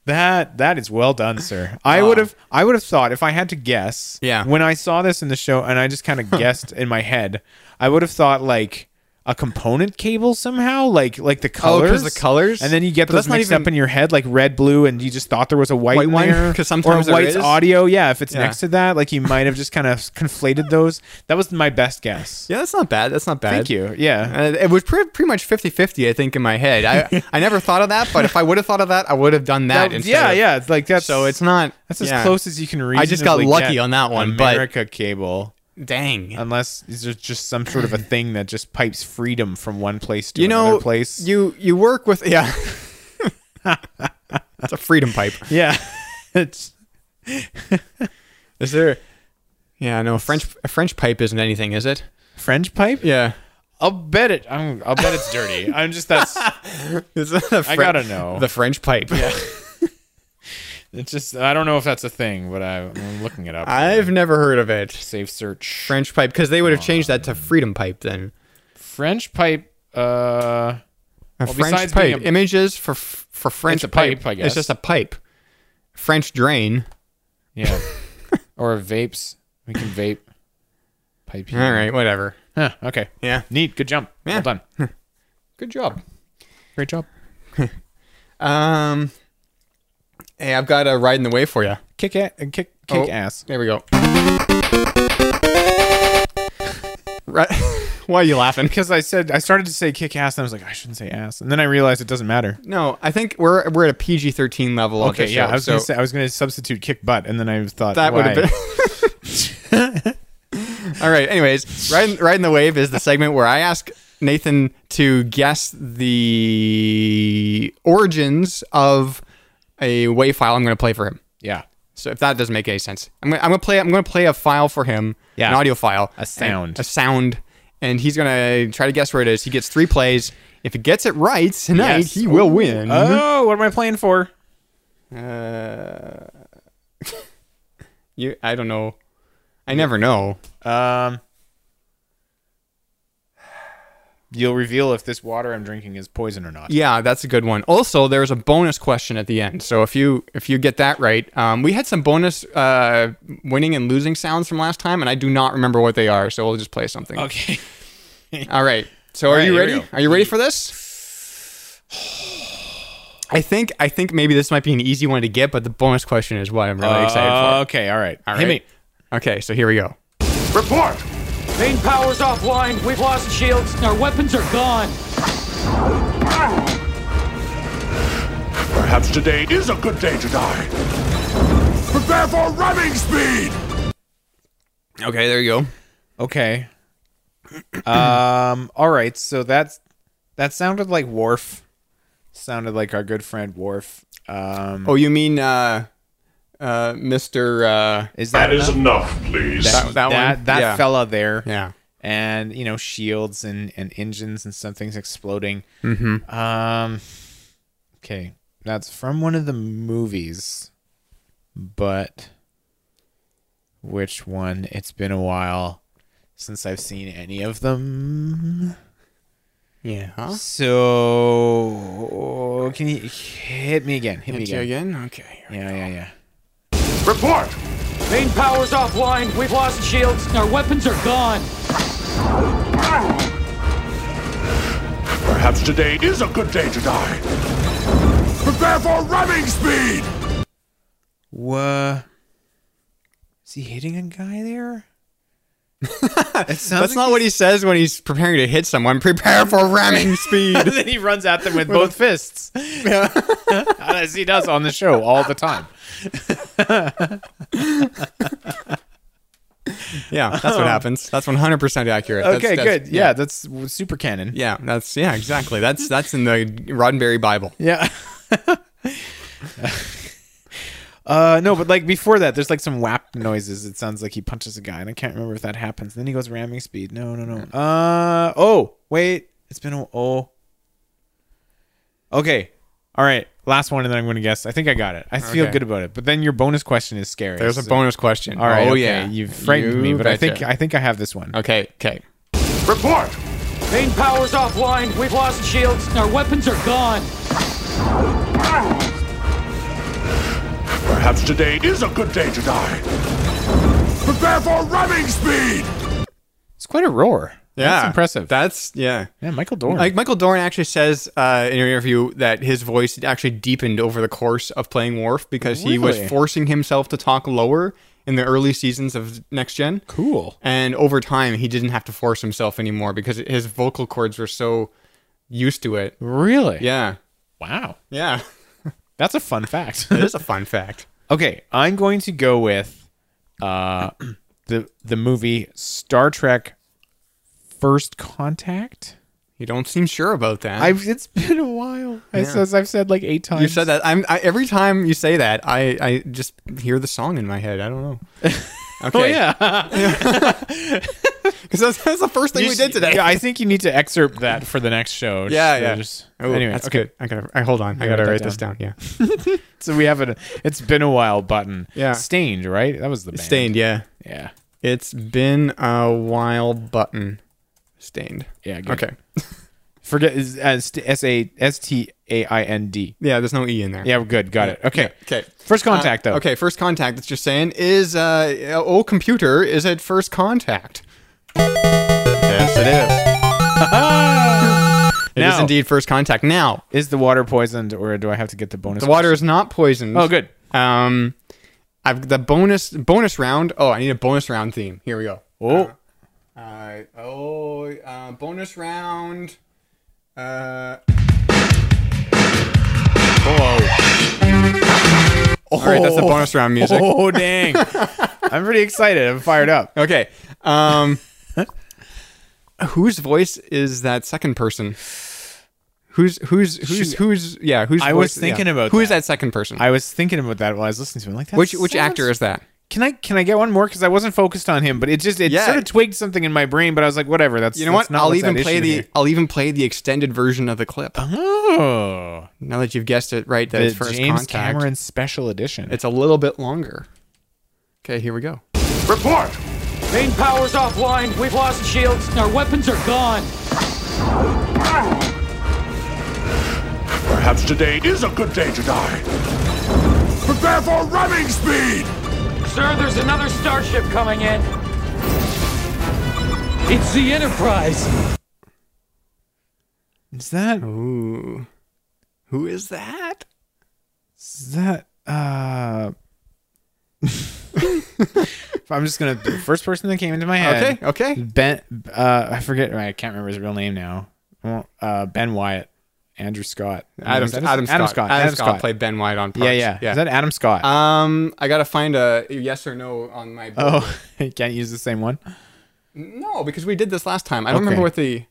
Speaker 4: that that is well done, sir. I would have I would have thought if I had to guess.
Speaker 1: Yeah.
Speaker 4: When I saw this in the show, and I just kind of guessed in my head, I would have thought like. A component cable somehow, like like the
Speaker 1: Oh,
Speaker 4: colors,
Speaker 1: 'cause the colors?
Speaker 4: and then you get
Speaker 1: But
Speaker 4: those
Speaker 1: that's not
Speaker 4: mixed
Speaker 1: even-
Speaker 4: up in your head, like red, blue, and you just thought there was a white,
Speaker 1: White
Speaker 4: in
Speaker 1: one?
Speaker 4: there,
Speaker 1: 'Cause sometimes
Speaker 4: or
Speaker 1: there
Speaker 4: white's
Speaker 1: is.
Speaker 4: audio. Yeah, if it's
Speaker 1: Yeah.
Speaker 4: next to that, like you might have just kind of conflated those. That was my best guess.
Speaker 1: yeah, that's not bad. That's not bad.
Speaker 4: Thank you. Yeah,
Speaker 1: Uh, it was pre- pretty much 50-50, I think, in my head. I I never thought of that, but if I would have thought of that, I would have done that.
Speaker 4: That-
Speaker 1: instead
Speaker 4: yeah,
Speaker 1: of-
Speaker 4: yeah. It's like that's
Speaker 1: So it's not.
Speaker 4: that's as
Speaker 1: yeah.
Speaker 4: close as you can reach.
Speaker 1: I just got lucky on that one, but-
Speaker 4: America cable,
Speaker 1: Dang.
Speaker 4: unless there's just some sort of a thing that just pipes freedom from one place to
Speaker 1: you
Speaker 4: another
Speaker 1: know,
Speaker 4: place.
Speaker 1: you you work with yeah. it's a freedom pipe.
Speaker 4: yeah, it's
Speaker 1: Is there? Yeah, no. French a French pipe isn't anything, is it?
Speaker 4: French pipe.
Speaker 1: Yeah.
Speaker 4: I'll bet it. I'm, I'll bet it's dirty. I'm just that's.
Speaker 1: Is it the
Speaker 4: I
Speaker 1: Fre-
Speaker 4: gotta know.
Speaker 1: the French pipe. Yeah.
Speaker 4: It's just I don't know if that's a thing, but I, am looking it up.
Speaker 1: I've never heard of it.
Speaker 4: save search
Speaker 1: French pipe, because they would have changed that to freedom pipe then.
Speaker 4: French pipe. Uh,
Speaker 1: A
Speaker 4: Well,
Speaker 1: French
Speaker 4: besides being
Speaker 1: pipe
Speaker 4: a-
Speaker 1: images for f- for French
Speaker 4: a pipe, I
Speaker 1: It's
Speaker 4: guess.
Speaker 1: just a pipe. French drain.
Speaker 4: yeah, or vapes. We can vape pipe.
Speaker 1: All right, whatever.
Speaker 4: Huh, okay.
Speaker 1: Yeah.
Speaker 4: Neat. Good jump.
Speaker 1: Yeah.
Speaker 4: Well done.
Speaker 1: Good job.
Speaker 4: Great job.
Speaker 1: Um. Hey, I've got a ride in the way for you.
Speaker 4: Kick ass. Kick kick
Speaker 1: Oh,
Speaker 4: ass.
Speaker 1: There we go. Right. Why are you laughing?
Speaker 4: Because I said I started to say kick ass, and I was like I shouldn't say ass, and then I realized it doesn't matter.
Speaker 1: No, I think we're we're at a PG thirteen level. of
Speaker 4: Okay.
Speaker 1: this
Speaker 4: Yeah.
Speaker 1: show,
Speaker 4: I was
Speaker 1: so
Speaker 4: gonna say I was gonna substitute kick butt, and then I thought
Speaker 1: that would have
Speaker 4: why?
Speaker 1: been. All right. Anyways, riding riding the wave is the segment where I ask Nathan to guess the origins of a WAV file I'm going to play for him.
Speaker 4: yeah.
Speaker 1: So if that doesn't make any sense, I'm gonna, I'm gonna play I'm gonna play a file for him,
Speaker 4: Yeah.
Speaker 1: an audio file,
Speaker 4: A sound.
Speaker 1: and- a sound, and he's gonna try to guess where it is. He gets three plays. If he gets it right tonight,
Speaker 4: Yes.
Speaker 1: he will win.
Speaker 4: Oh, what am I playing for?
Speaker 1: you, I don't know. I never know.
Speaker 4: Um. You'll reveal if this water I'm drinking is poison or not.
Speaker 1: Yeah, that's a good one. Also, there's a bonus question at the end. So if you if you get that right, um, we had some bonus uh, winning and losing sounds from last time, and I do not remember what they are. So we'll just play something.
Speaker 4: Okay.
Speaker 1: All right. So are
Speaker 4: right,
Speaker 1: you
Speaker 4: here we
Speaker 1: ready?
Speaker 4: go.
Speaker 1: Are you ready for this? I think I think maybe this might be an easy one to get, but the bonus question is what I'm really excited
Speaker 4: okay. All right. All
Speaker 1: for.
Speaker 4: right.
Speaker 1: Right? Okay, so here we go.
Speaker 5: Report! Main power's offline. We've lost shields.
Speaker 6: Our weapons are gone.
Speaker 5: Perhaps today is a good day to die. Prepare for running speed!
Speaker 1: Okay, there you go.
Speaker 4: Okay. um. All right. So that's that sounded like Worf. Sounded like our good friend Worf. Um.
Speaker 1: Oh, you mean uh, uh, Mr. Uh,
Speaker 4: Is that
Speaker 7: That is
Speaker 4: enough?
Speaker 7: enough, please.
Speaker 1: that, that,
Speaker 4: that
Speaker 1: one?
Speaker 4: that
Speaker 1: yeah.
Speaker 4: fella there?
Speaker 1: Yeah.
Speaker 4: and you know shields and and engines and some things exploding.
Speaker 1: Mm-hmm.
Speaker 4: Um, okay, that's from one of the movies, but which one? It's been a while since I've seen any of them.
Speaker 1: Yeah. Huh?
Speaker 4: So can you hit me again? Hit me
Speaker 1: Hit you
Speaker 4: again.
Speaker 1: again? Okay. here we
Speaker 4: Yeah, yeah, yeah.
Speaker 5: Report!
Speaker 6: Main power's offline. We've lost shields. Our weapons are gone.
Speaker 5: Perhaps today is a good day to die. Prepare for running speed!
Speaker 4: Wha Is he hitting a guy there? It sounds
Speaker 1: That's
Speaker 4: like
Speaker 1: not what he says when he's preparing to hit someone. Prepare for ramming speed.
Speaker 4: and then he runs at them with both fists. As he does on the show all the time.
Speaker 1: yeah, that's what happens. That's 100% accurate. That's-
Speaker 4: Oh. Okay,
Speaker 1: that's-
Speaker 4: good. Yeah, that's w- super canon.
Speaker 1: Yeah, that's yeah, exactly. That's that's in the Roddenberry Bible.
Speaker 4: Yeah. uh no, but like before that, there's like some whap noises. It sounds like he punches a guy, and I can't remember if that happens. then he goes ramming speed. No, no,
Speaker 1: Mm.
Speaker 4: no. Uh oh, wait. It's been a oh. Okay. All right. Last one, and then I'm going to guess. I think I got it. I feel
Speaker 1: Okay.
Speaker 4: good about it. But then your bonus question is scary.
Speaker 1: There's a
Speaker 4: so-
Speaker 1: bonus question.
Speaker 4: All right.
Speaker 1: oh
Speaker 4: okay,
Speaker 1: yeah,
Speaker 4: You've frightened me,
Speaker 1: You
Speaker 4: but I think
Speaker 1: betcha.
Speaker 4: I think I have this one.
Speaker 1: okay, okay.
Speaker 5: Report!
Speaker 6: Main power's offline. We've lost shields. Our weapons are gone.
Speaker 5: Perhaps today is a good day to die. Prepare for running speed!
Speaker 4: It's quite a roar.
Speaker 1: Yeah,
Speaker 4: That's impressive.
Speaker 1: That's yeah.
Speaker 4: yeah, Michael Dorn.
Speaker 1: Like Michael Dorn actually says uh, in an interview that his voice actually deepened over the course of playing Worf because he was
Speaker 4: Really?
Speaker 1: forcing himself to talk lower in the early seasons of Next Gen.
Speaker 4: cool.
Speaker 1: And over time, he didn't have to force himself anymore because his vocal cords were so used to it.
Speaker 4: Really?
Speaker 1: Yeah,
Speaker 4: Wow.
Speaker 1: yeah.
Speaker 4: That's a fun fact.
Speaker 1: It is a fun fact.
Speaker 4: okay, I'm going to go with uh the the movie Star Trek First Contact.
Speaker 1: You don't seem sure about that.
Speaker 4: I've it's been a while. I
Speaker 1: Yeah.
Speaker 4: As I've said like eight times.
Speaker 1: you said that. I'm I, every time you say that, I I just hear the song in my head. I don't know. Okay.
Speaker 4: Oh yeah.
Speaker 1: Because that's, that's the first thing we did today.
Speaker 4: Yeah, I think you need to excerpt that for the next show.
Speaker 1: Yeah,
Speaker 4: So
Speaker 1: yeah.
Speaker 4: just-
Speaker 1: Oh,
Speaker 4: anyway,
Speaker 1: that's
Speaker 4: okay.
Speaker 1: good. I gotta. I hold on. I gotta
Speaker 4: write
Speaker 1: write
Speaker 4: that
Speaker 1: this down. Yeah.
Speaker 4: So we have an it's been a while button.
Speaker 1: Yeah.
Speaker 4: Stained, right? That was the band.
Speaker 1: Stained. Yeah.
Speaker 4: Yeah.
Speaker 1: It's been a while. Button. Stained.
Speaker 4: Yeah, good.
Speaker 1: Okay.
Speaker 4: Forget is as S A S T A I N D.
Speaker 1: Yeah. There's no e in there.
Speaker 4: Yeah, we're good. Got it. Okay.
Speaker 1: Okay. Uh,
Speaker 4: First contact though.
Speaker 1: Okay. First contact. That's just saying is uh oh computer is at first contact. Yes, it is. It is
Speaker 4: Now-
Speaker 1: indeed first contact. Now
Speaker 4: Is the water poisoned or do I have to get the bonus?
Speaker 1: the water is not poisoned.
Speaker 4: Oh, good.
Speaker 1: Um, I've the bonus bonus round. Oh, I need a bonus round theme. Here we go.
Speaker 4: Oh.
Speaker 1: Uh, oh, uh, bonus round. Uh. Oh. All right, that's the bonus round music.
Speaker 4: Oh dang. I'm pretty excited. I'm fired up.
Speaker 1: Okay. Um, whose voice is that second person? Who's who's who's
Speaker 4: Shoot.
Speaker 1: who's yeah? Who's
Speaker 4: I was thinking about
Speaker 1: who is
Speaker 4: that.
Speaker 1: that second person?
Speaker 4: I was thinking about that while I was listening to him. Like that
Speaker 1: which which
Speaker 4: sounds-
Speaker 1: actor is that?
Speaker 4: Can I can I get one more? Because I wasn't focused on him, but it just it
Speaker 1: Yeah.
Speaker 4: sort of twigged something in my brain. But I was like, whatever. That's
Speaker 1: You know
Speaker 4: that's
Speaker 1: what?
Speaker 4: not
Speaker 1: I'll
Speaker 4: what's
Speaker 1: even
Speaker 4: at
Speaker 1: play
Speaker 4: issue
Speaker 1: the
Speaker 4: here.
Speaker 1: I'll even play the extended version of the clip.
Speaker 4: oh
Speaker 1: Now that you've guessed it right, that
Speaker 4: the
Speaker 1: it's first
Speaker 4: James
Speaker 1: contact.
Speaker 4: Cameron special edition.
Speaker 1: It's a little bit longer. Okay, here we go.
Speaker 5: Report!
Speaker 6: Main power's offline. We've lost shields. Our weapons are gone.
Speaker 5: Perhaps today is a good day to die. Prepare for running speed!
Speaker 6: Sir, there's another starship coming in. It's the Enterprise.
Speaker 4: is that
Speaker 1: Ooh, who is that?
Speaker 4: Is that uh I'm just gonna the first person that came into my head.
Speaker 1: Okay, okay.
Speaker 4: Ben uh I forget I can't remember his real name now. Well, Uh Ben Wyatt. Andrew Scott.
Speaker 1: Adam,
Speaker 4: Is that
Speaker 1: Adam,
Speaker 4: his-
Speaker 1: Scott.
Speaker 4: Adam Scott.
Speaker 1: Adam Scott played Ben White on. Parks.
Speaker 4: Yeah, yeah, Is that Adam Scott?
Speaker 1: um, I gotta find a yes or no on my. Board.
Speaker 4: oh, can't use the same one.
Speaker 1: No, because we did this last time. I don't
Speaker 4: Okay.
Speaker 1: remember what the.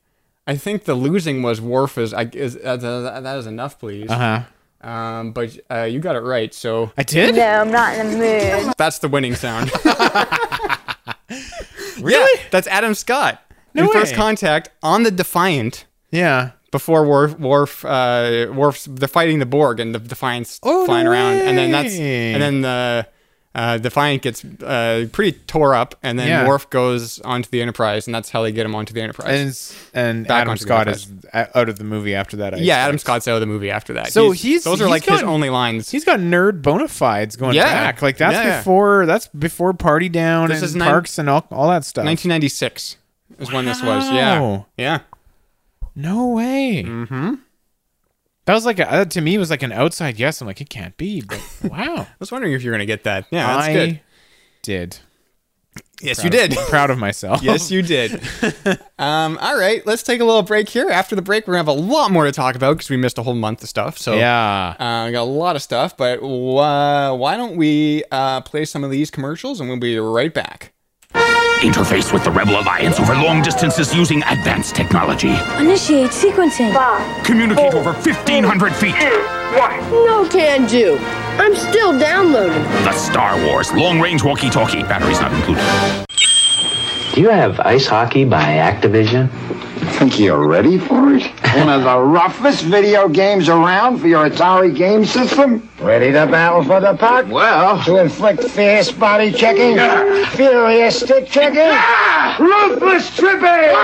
Speaker 1: I think the losing was Worf is. I is uh, th- that is enough, please.
Speaker 4: Uh-huh.
Speaker 1: Um, but uh, you got it right, so
Speaker 4: I did?
Speaker 7: No, I'm not in the mood.
Speaker 1: that's the winning sound. really? that's Adam Scott.
Speaker 4: No
Speaker 1: in
Speaker 4: way.
Speaker 1: First Contact on the Defiant
Speaker 4: Yeah.
Speaker 1: before Worf, Worf, uh, Worf's they're fighting the Borg and the Defiant's
Speaker 4: Oh, no
Speaker 1: flying around, and then that's
Speaker 4: way.
Speaker 1: and then the uh, Defiant gets uh, pretty tore up, and then
Speaker 4: Yeah.
Speaker 1: Worf goes onto the Enterprise, and that's how they get him onto the Enterprise.
Speaker 4: And it's- and
Speaker 1: Back
Speaker 4: Adam
Speaker 1: onto the
Speaker 4: Scott
Speaker 1: Enterprise.
Speaker 4: is a- out of the movie after that. I
Speaker 1: yeah, Adam
Speaker 4: expect.
Speaker 1: Scott's out of the movie after that.
Speaker 4: So he's-
Speaker 1: those are
Speaker 4: he's
Speaker 1: like his
Speaker 4: gone-
Speaker 1: only lines.
Speaker 4: He's got nerd bona fides going
Speaker 1: Yeah.
Speaker 4: back. Like that's
Speaker 1: Yeah, yeah.
Speaker 4: before that's before Party Down
Speaker 1: This
Speaker 4: and
Speaker 1: is nine-
Speaker 4: Parks and all, all that stuff.
Speaker 1: 1996 is when this was. Yeah,
Speaker 4: Wow.
Speaker 1: yeah.
Speaker 4: No way. Mm-hmm. That was like a, that to me was like an outside yes. I'm like it can't be. But wow,
Speaker 1: I was wondering if you were gonna get that. Yeah, that's
Speaker 4: I
Speaker 1: good.
Speaker 4: did.
Speaker 1: Yes, you did.
Speaker 4: Proud of myself.
Speaker 1: yes, you did. um, all right, let's take a little break here. After the break, we're gonna have a lot more to talk about because we missed a whole month of stuff. So
Speaker 4: Yeah.
Speaker 1: uh, we got a lot of stuff. But uh, why don't we uh, play some of these commercials and we'll be right back.
Speaker 7: Interface with the Rebel Alliance over long distances using advanced technology.
Speaker 8: Initiate sequencing.
Speaker 7: Communicate
Speaker 5: Oh.
Speaker 7: over 1,500 feet.
Speaker 8: No can do. I'm still downloading.
Speaker 7: The Star Wars long range walkie talkie, batteries not included.
Speaker 9: Do you have ice hockey by Activision?
Speaker 10: Think you're ready for it? One of the roughest video games around for your Atari game system? Ready to battle for the puck? Well. To inflict fierce body checking? Furious stick checking? Ruthless tripping?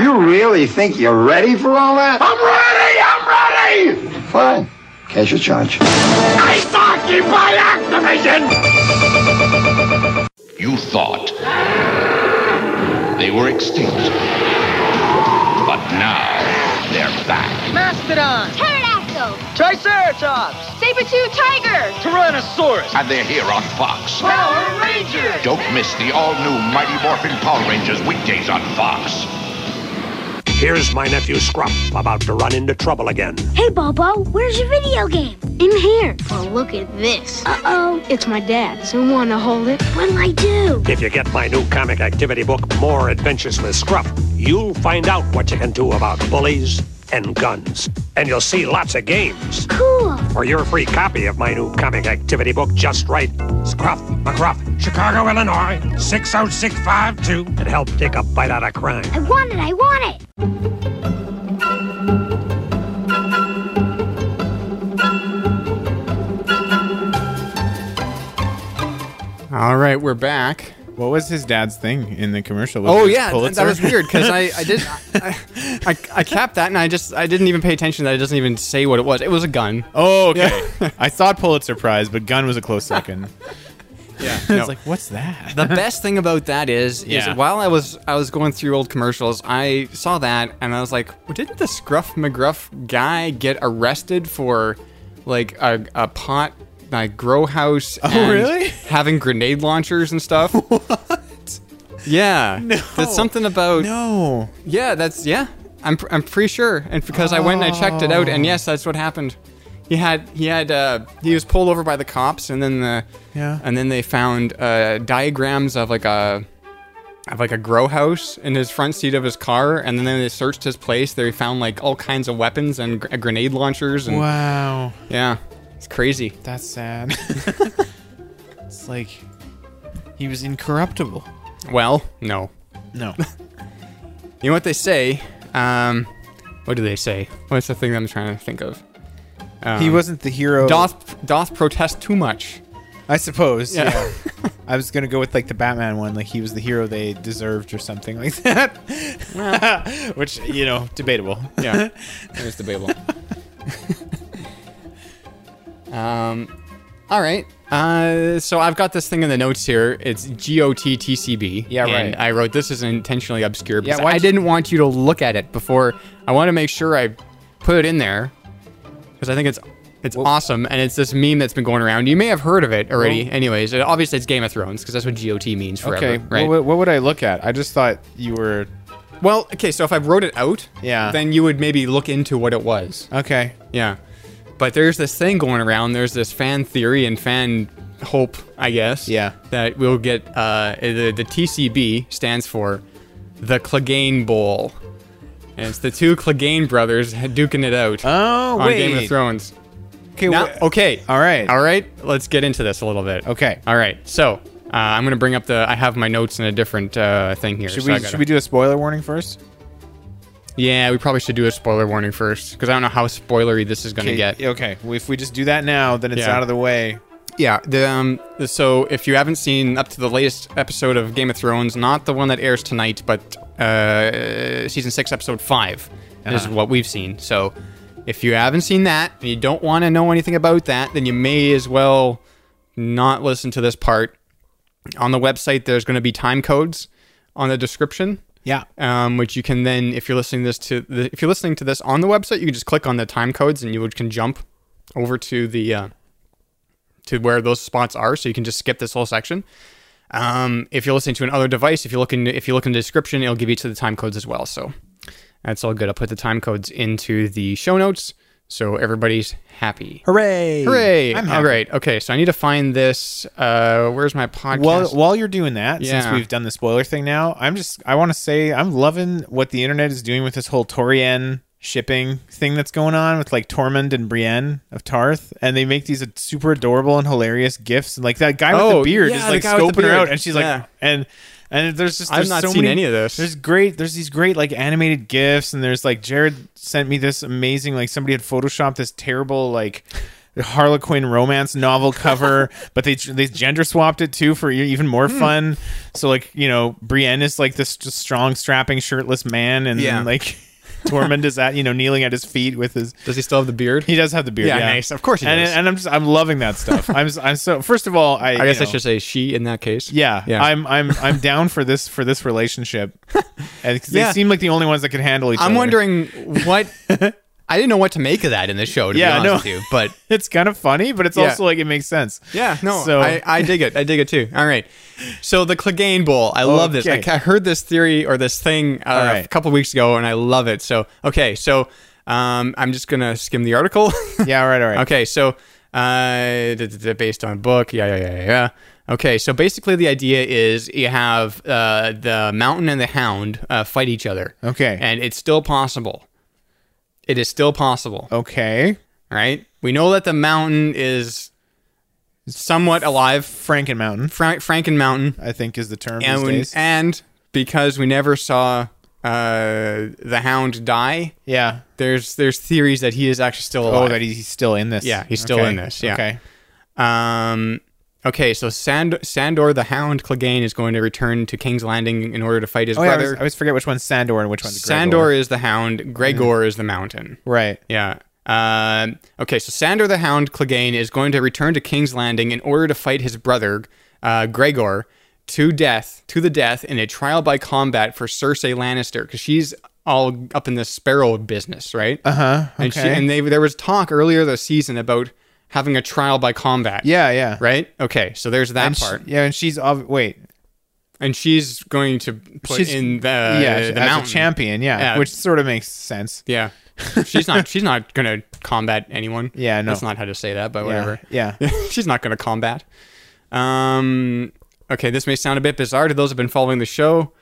Speaker 10: You really think you're ready for all that? I'm ready! I'm ready! Fine. Cash your charge.
Speaker 11: You thought they were extinct. But now they're back.
Speaker 8: Mastodon. Pterodactyl.
Speaker 6: Triceratops.
Speaker 8: Saber-tooth tiger.
Speaker 6: Tyrannosaurus.
Speaker 11: And they're here on Fox.
Speaker 8: Power Ranger.
Speaker 11: Don't miss the all new Mighty Morphin Power Rangers weekdays on Fox.
Speaker 5: Here's my nephew Scrump about to run into trouble again.
Speaker 8: Hey, Bobo, where's your video game? In here. Well, look at this. Uh-oh. It's my dad's. So want to hold it? What'll I do?
Speaker 5: If you get my new comic activity book, More Adventures with Scrump, you'll find out what you can do about bullies and guns. And you'll see lots of games.
Speaker 8: Cool.
Speaker 5: For your free copy of my new comic activity book, just write Scruff McGruff, Chicago, Illinois, 60652, and help take a bite out of crime.
Speaker 8: I want it. I want it.
Speaker 1: All right, we're back.
Speaker 4: What was his dad's thing in the commercial? Was
Speaker 1: Oh
Speaker 4: it his
Speaker 1: yeah, th- that
Speaker 4: Pulitzer?
Speaker 1: was weird because I, I did I, I, I capped that and I just I didn't even pay attention that it doesn't even say what it was. It was a gun.
Speaker 4: Oh, okay. I thought Pulitzer Prize, but Gun was a close second.
Speaker 1: No.
Speaker 4: It's like, what's that?
Speaker 1: the best thing about that is,
Speaker 4: Yeah.
Speaker 1: is while I was I was going through old commercials, I saw that and I was like, well, didn't the Scruff McGruff guy get arrested for like a, a pot, a grow house? Oh,
Speaker 4: really?
Speaker 1: Having grenade launchers and stuff. what? Yeah. No. That's something about.
Speaker 4: no.
Speaker 1: Yeah, that's yeah. I'm pr- I'm pretty sure, and because I went and I checked it out, and yes, that's what happened. He had he had uh, he was pulled over by the cops, and then the
Speaker 4: Yeah.
Speaker 1: and then they found uh, diagrams of like a of like a grow house in his front seat of his car, and then they searched his place. They found like all kinds of weapons and gr- grenade launchers, and
Speaker 4: Wow.
Speaker 1: yeah, it's crazy.
Speaker 4: That's sad. it's like he was incorruptible.
Speaker 1: Well, no,
Speaker 4: No.
Speaker 1: You know what they say? Um, what do they say? What's the thing that I'm trying to think of? Um,
Speaker 4: he wasn't the hero.
Speaker 1: Doth doth protest too much.
Speaker 4: I suppose.
Speaker 1: Yeah.
Speaker 4: Yeah. I was gonna go with like the Batman one, like he was the hero they deserved or something like that. Which, you know, debatable.
Speaker 1: Yeah, it was debatable. um, all right. Uh, so I've got this thing in the notes here. It's G O T T C B.
Speaker 4: Yeah,
Speaker 1: And
Speaker 4: right.
Speaker 1: I wrote this is intentionally obscure because
Speaker 4: why'd
Speaker 1: I
Speaker 4: you-
Speaker 1: didn't want you to look at it before. I want to make sure I put it in there because I think it's it's awesome and it's this meme that's been going around. You may have heard of it already. Anyways, it- obviously it's Game of Thrones because that's what G O T means forever.
Speaker 4: Okay.
Speaker 1: Right.
Speaker 4: What, what would I look at? I just thought you were
Speaker 1: Well, okay, so if I wrote it out,
Speaker 4: Yeah. Uh.
Speaker 1: then you would maybe look into what it was.
Speaker 4: okay.
Speaker 1: Yeah. But there's this thing going around, there's this fan theory and fan hope, I guess.
Speaker 4: Yeah.
Speaker 1: That we'll get uh the, the TCB stands for the Clegane Bowl. And it's the two Clegane brothers duking it out
Speaker 4: Oh
Speaker 1: on
Speaker 4: wait.
Speaker 1: Game of Thrones.
Speaker 4: Okay.
Speaker 1: Now,
Speaker 4: wh-
Speaker 1: okay.
Speaker 4: All right.
Speaker 1: All right. Let's get into this a little bit.
Speaker 4: Okay.
Speaker 1: All right. So, Uh, I'm gonna bring up the. I have my notes in a different uh, thing here.
Speaker 4: Should
Speaker 1: so
Speaker 4: we
Speaker 1: I gotta-
Speaker 4: should we do a spoiler warning first?
Speaker 1: Yeah, we probably should do a spoiler warning first because I don't know how spoilery this is gonna
Speaker 4: Okay,
Speaker 1: get.
Speaker 4: okay. Well, if we just do that now, then it's
Speaker 1: Yeah.
Speaker 4: out of the way.
Speaker 1: Yeah. The, um, so if you haven't seen up to the latest episode of Game of Thrones, not the one that airs tonight, but uh, season six, episode 5 this is
Speaker 4: Uh-huh.
Speaker 1: what we've seen. So if you haven't seen that and you don't want to know anything about that, then you may as well not listen to this part. On the website, there's going to be time codes on the description.
Speaker 4: Yeah.
Speaker 1: Um, which you can then, if you're listening this to, the, if you're listening to this on the website, you can just click on the time codes and you would- can jump over to the uh, to where those spots are, so you can just skip this whole section. Um, if you're listening to another device, if you look in if you look in the description, it'll give you to the time codes as well. So that's all good. I'll put the time codes into the show notes, so everybody's happy.
Speaker 4: Hooray!
Speaker 1: Hooray!
Speaker 4: I'm
Speaker 1: All
Speaker 4: happy.
Speaker 1: right. Okay. So I need to find this. Uh, where's my podcast?
Speaker 4: While, while you're doing that,
Speaker 1: Yeah.
Speaker 4: since we've done the spoiler thing now, I'm just I want to say I'm loving what the internet is doing with this whole Torian shipping thing that's going on with like Tormund and Brienne of Tarth, and they make these super adorable and hilarious gifts. And like that guy with
Speaker 1: Oh,
Speaker 4: the beard
Speaker 1: yeah,
Speaker 4: is
Speaker 1: the
Speaker 4: like
Speaker 1: guy with the
Speaker 4: scoping her out,
Speaker 1: beard.
Speaker 4: and she's like,
Speaker 1: Yeah.
Speaker 4: and and there's just
Speaker 1: I've
Speaker 4: there's
Speaker 1: not
Speaker 4: so
Speaker 1: seen
Speaker 4: many-
Speaker 1: any of this.
Speaker 4: There's great. There's these great like animated gifs, and there's like Jared sent me this amazing like somebody had photoshopped this terrible like Harlequin romance novel cover, but they they gender swapped it too for e- even more
Speaker 1: Hmm.
Speaker 4: fun. So like you know Brienne is like this just strong strapping shirtless man, and
Speaker 1: Yeah.
Speaker 4: then, like. Tormund is at you know kneeling at his feet with his.
Speaker 1: Does he still have the beard?
Speaker 4: He does have the beard.
Speaker 1: Yeah,
Speaker 4: Yeah,
Speaker 1: nice. Of course he
Speaker 4: and,
Speaker 1: does.
Speaker 4: And I'm just I'm loving that stuff. I'm s- I'm so first of all I
Speaker 1: I guess
Speaker 4: you
Speaker 1: I
Speaker 4: know,
Speaker 1: should say she in that case.
Speaker 4: yeah,
Speaker 1: Yeah.
Speaker 4: I'm I'm I'm down for this for this relationship, and 'cause they
Speaker 1: Yeah.
Speaker 4: seem like the only ones that can handle each other.
Speaker 1: I'm wondering what I didn't know what to make of that in the show. To
Speaker 4: Yeah,
Speaker 1: be
Speaker 4: no.
Speaker 1: honest with you, but
Speaker 4: It's kind of funny, but it's
Speaker 1: Yeah.
Speaker 4: also like it makes sense.
Speaker 1: yeah, no,
Speaker 4: So
Speaker 1: I, I dig it. I dig it too. All right, so the Clegane Bowl. I love this. I,
Speaker 4: Okay.
Speaker 1: I heard this theory or this thing uh,
Speaker 4: All right.
Speaker 1: a couple weeks ago, and I love it. So okay, so um, I'm just gonna skim the article.
Speaker 4: yeah, all right, all right.
Speaker 1: Okay, so uh, d- d- d- based on book, yeah, yeah, yeah, yeah. Okay, so basically the idea is you have uh, the mountain and the hound uh, fight each other.
Speaker 4: Okay.
Speaker 1: and it's still possible. It is still possible.
Speaker 4: okay.
Speaker 1: Right? We know that the mountain is somewhat alive.
Speaker 4: Franken Mountain,
Speaker 1: Fra- Franken Mountain,
Speaker 4: I think, is the term
Speaker 1: and
Speaker 4: these
Speaker 1: when-
Speaker 4: days.
Speaker 1: and because we never saw uh, the hound die,
Speaker 4: yeah.
Speaker 1: there's there's theories that he is actually still alive.
Speaker 4: Oh, that he's still in this.
Speaker 1: Yeah, he's still in this, yeah.
Speaker 4: Okay.
Speaker 1: Um, okay, so Sand- Sandor the Hound Clegane is going to return to King's Landing in order to fight his
Speaker 4: Oh, yeah, I, always,
Speaker 1: brother.
Speaker 4: I always forget which one's Sandor and which one's Gregor.
Speaker 1: Sandor is the Hound. Gregor is the Mountain.
Speaker 4: Right.
Speaker 1: Yeah. Um, okay, so Sandor the Hound Clegane is going to return to King's Landing in order to fight his brother uh, Gregor to death, to the death in a trial by combat for Cersei Lannister because she's all up in the Sparrow business, right? Uh huh. And she
Speaker 4: Uh-huh, okay.
Speaker 1: and they there was talk earlier this season about having a trial by combat.
Speaker 4: Yeah, yeah.
Speaker 1: Right. Okay. So there's that
Speaker 4: And she-
Speaker 1: part,
Speaker 4: yeah, and she's ob- wait.
Speaker 1: and she's going to put
Speaker 4: She's-
Speaker 1: in the
Speaker 4: yeah,
Speaker 1: Uh, the
Speaker 4: as
Speaker 1: mountain
Speaker 4: a champion. Yeah,
Speaker 1: Yeah.
Speaker 4: which sort of makes sense.
Speaker 1: Yeah. she's not. She's not gonna combat anyone.
Speaker 4: Yeah, no.
Speaker 1: That's not how to say that, but whatever.
Speaker 4: Yeah.
Speaker 1: she's not gonna combat. Um. Okay, this may sound a bit bizarre to those who've been following the show.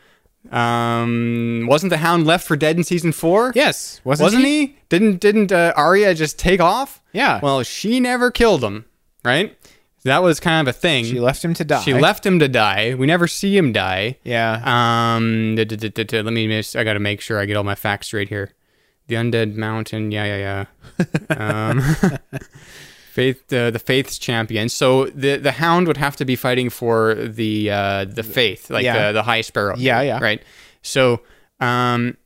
Speaker 1: Um. Wasn't the Hound left for dead in season four?
Speaker 4: Yes, wasn't,
Speaker 1: Wasn't, he? Didn't didn't uh, Arya just take off?
Speaker 4: Yeah.
Speaker 1: Well, she never killed him, right? That was kind of a thing.
Speaker 4: She left him to die.
Speaker 1: She left him to die. We never see him die.
Speaker 4: Yeah.
Speaker 1: Um. da- da- da- da- da- Let me. Miss, I gotta make sure I get all my facts straight here. The undead mountain. Yeah, yeah, yeah. um, faith. Uh, the faith's champion. So the the hound would have to be fighting for the uh, the faith, like
Speaker 4: Yeah.
Speaker 1: the the high sparrow.
Speaker 4: Yeah, yeah.
Speaker 1: Right. So, um.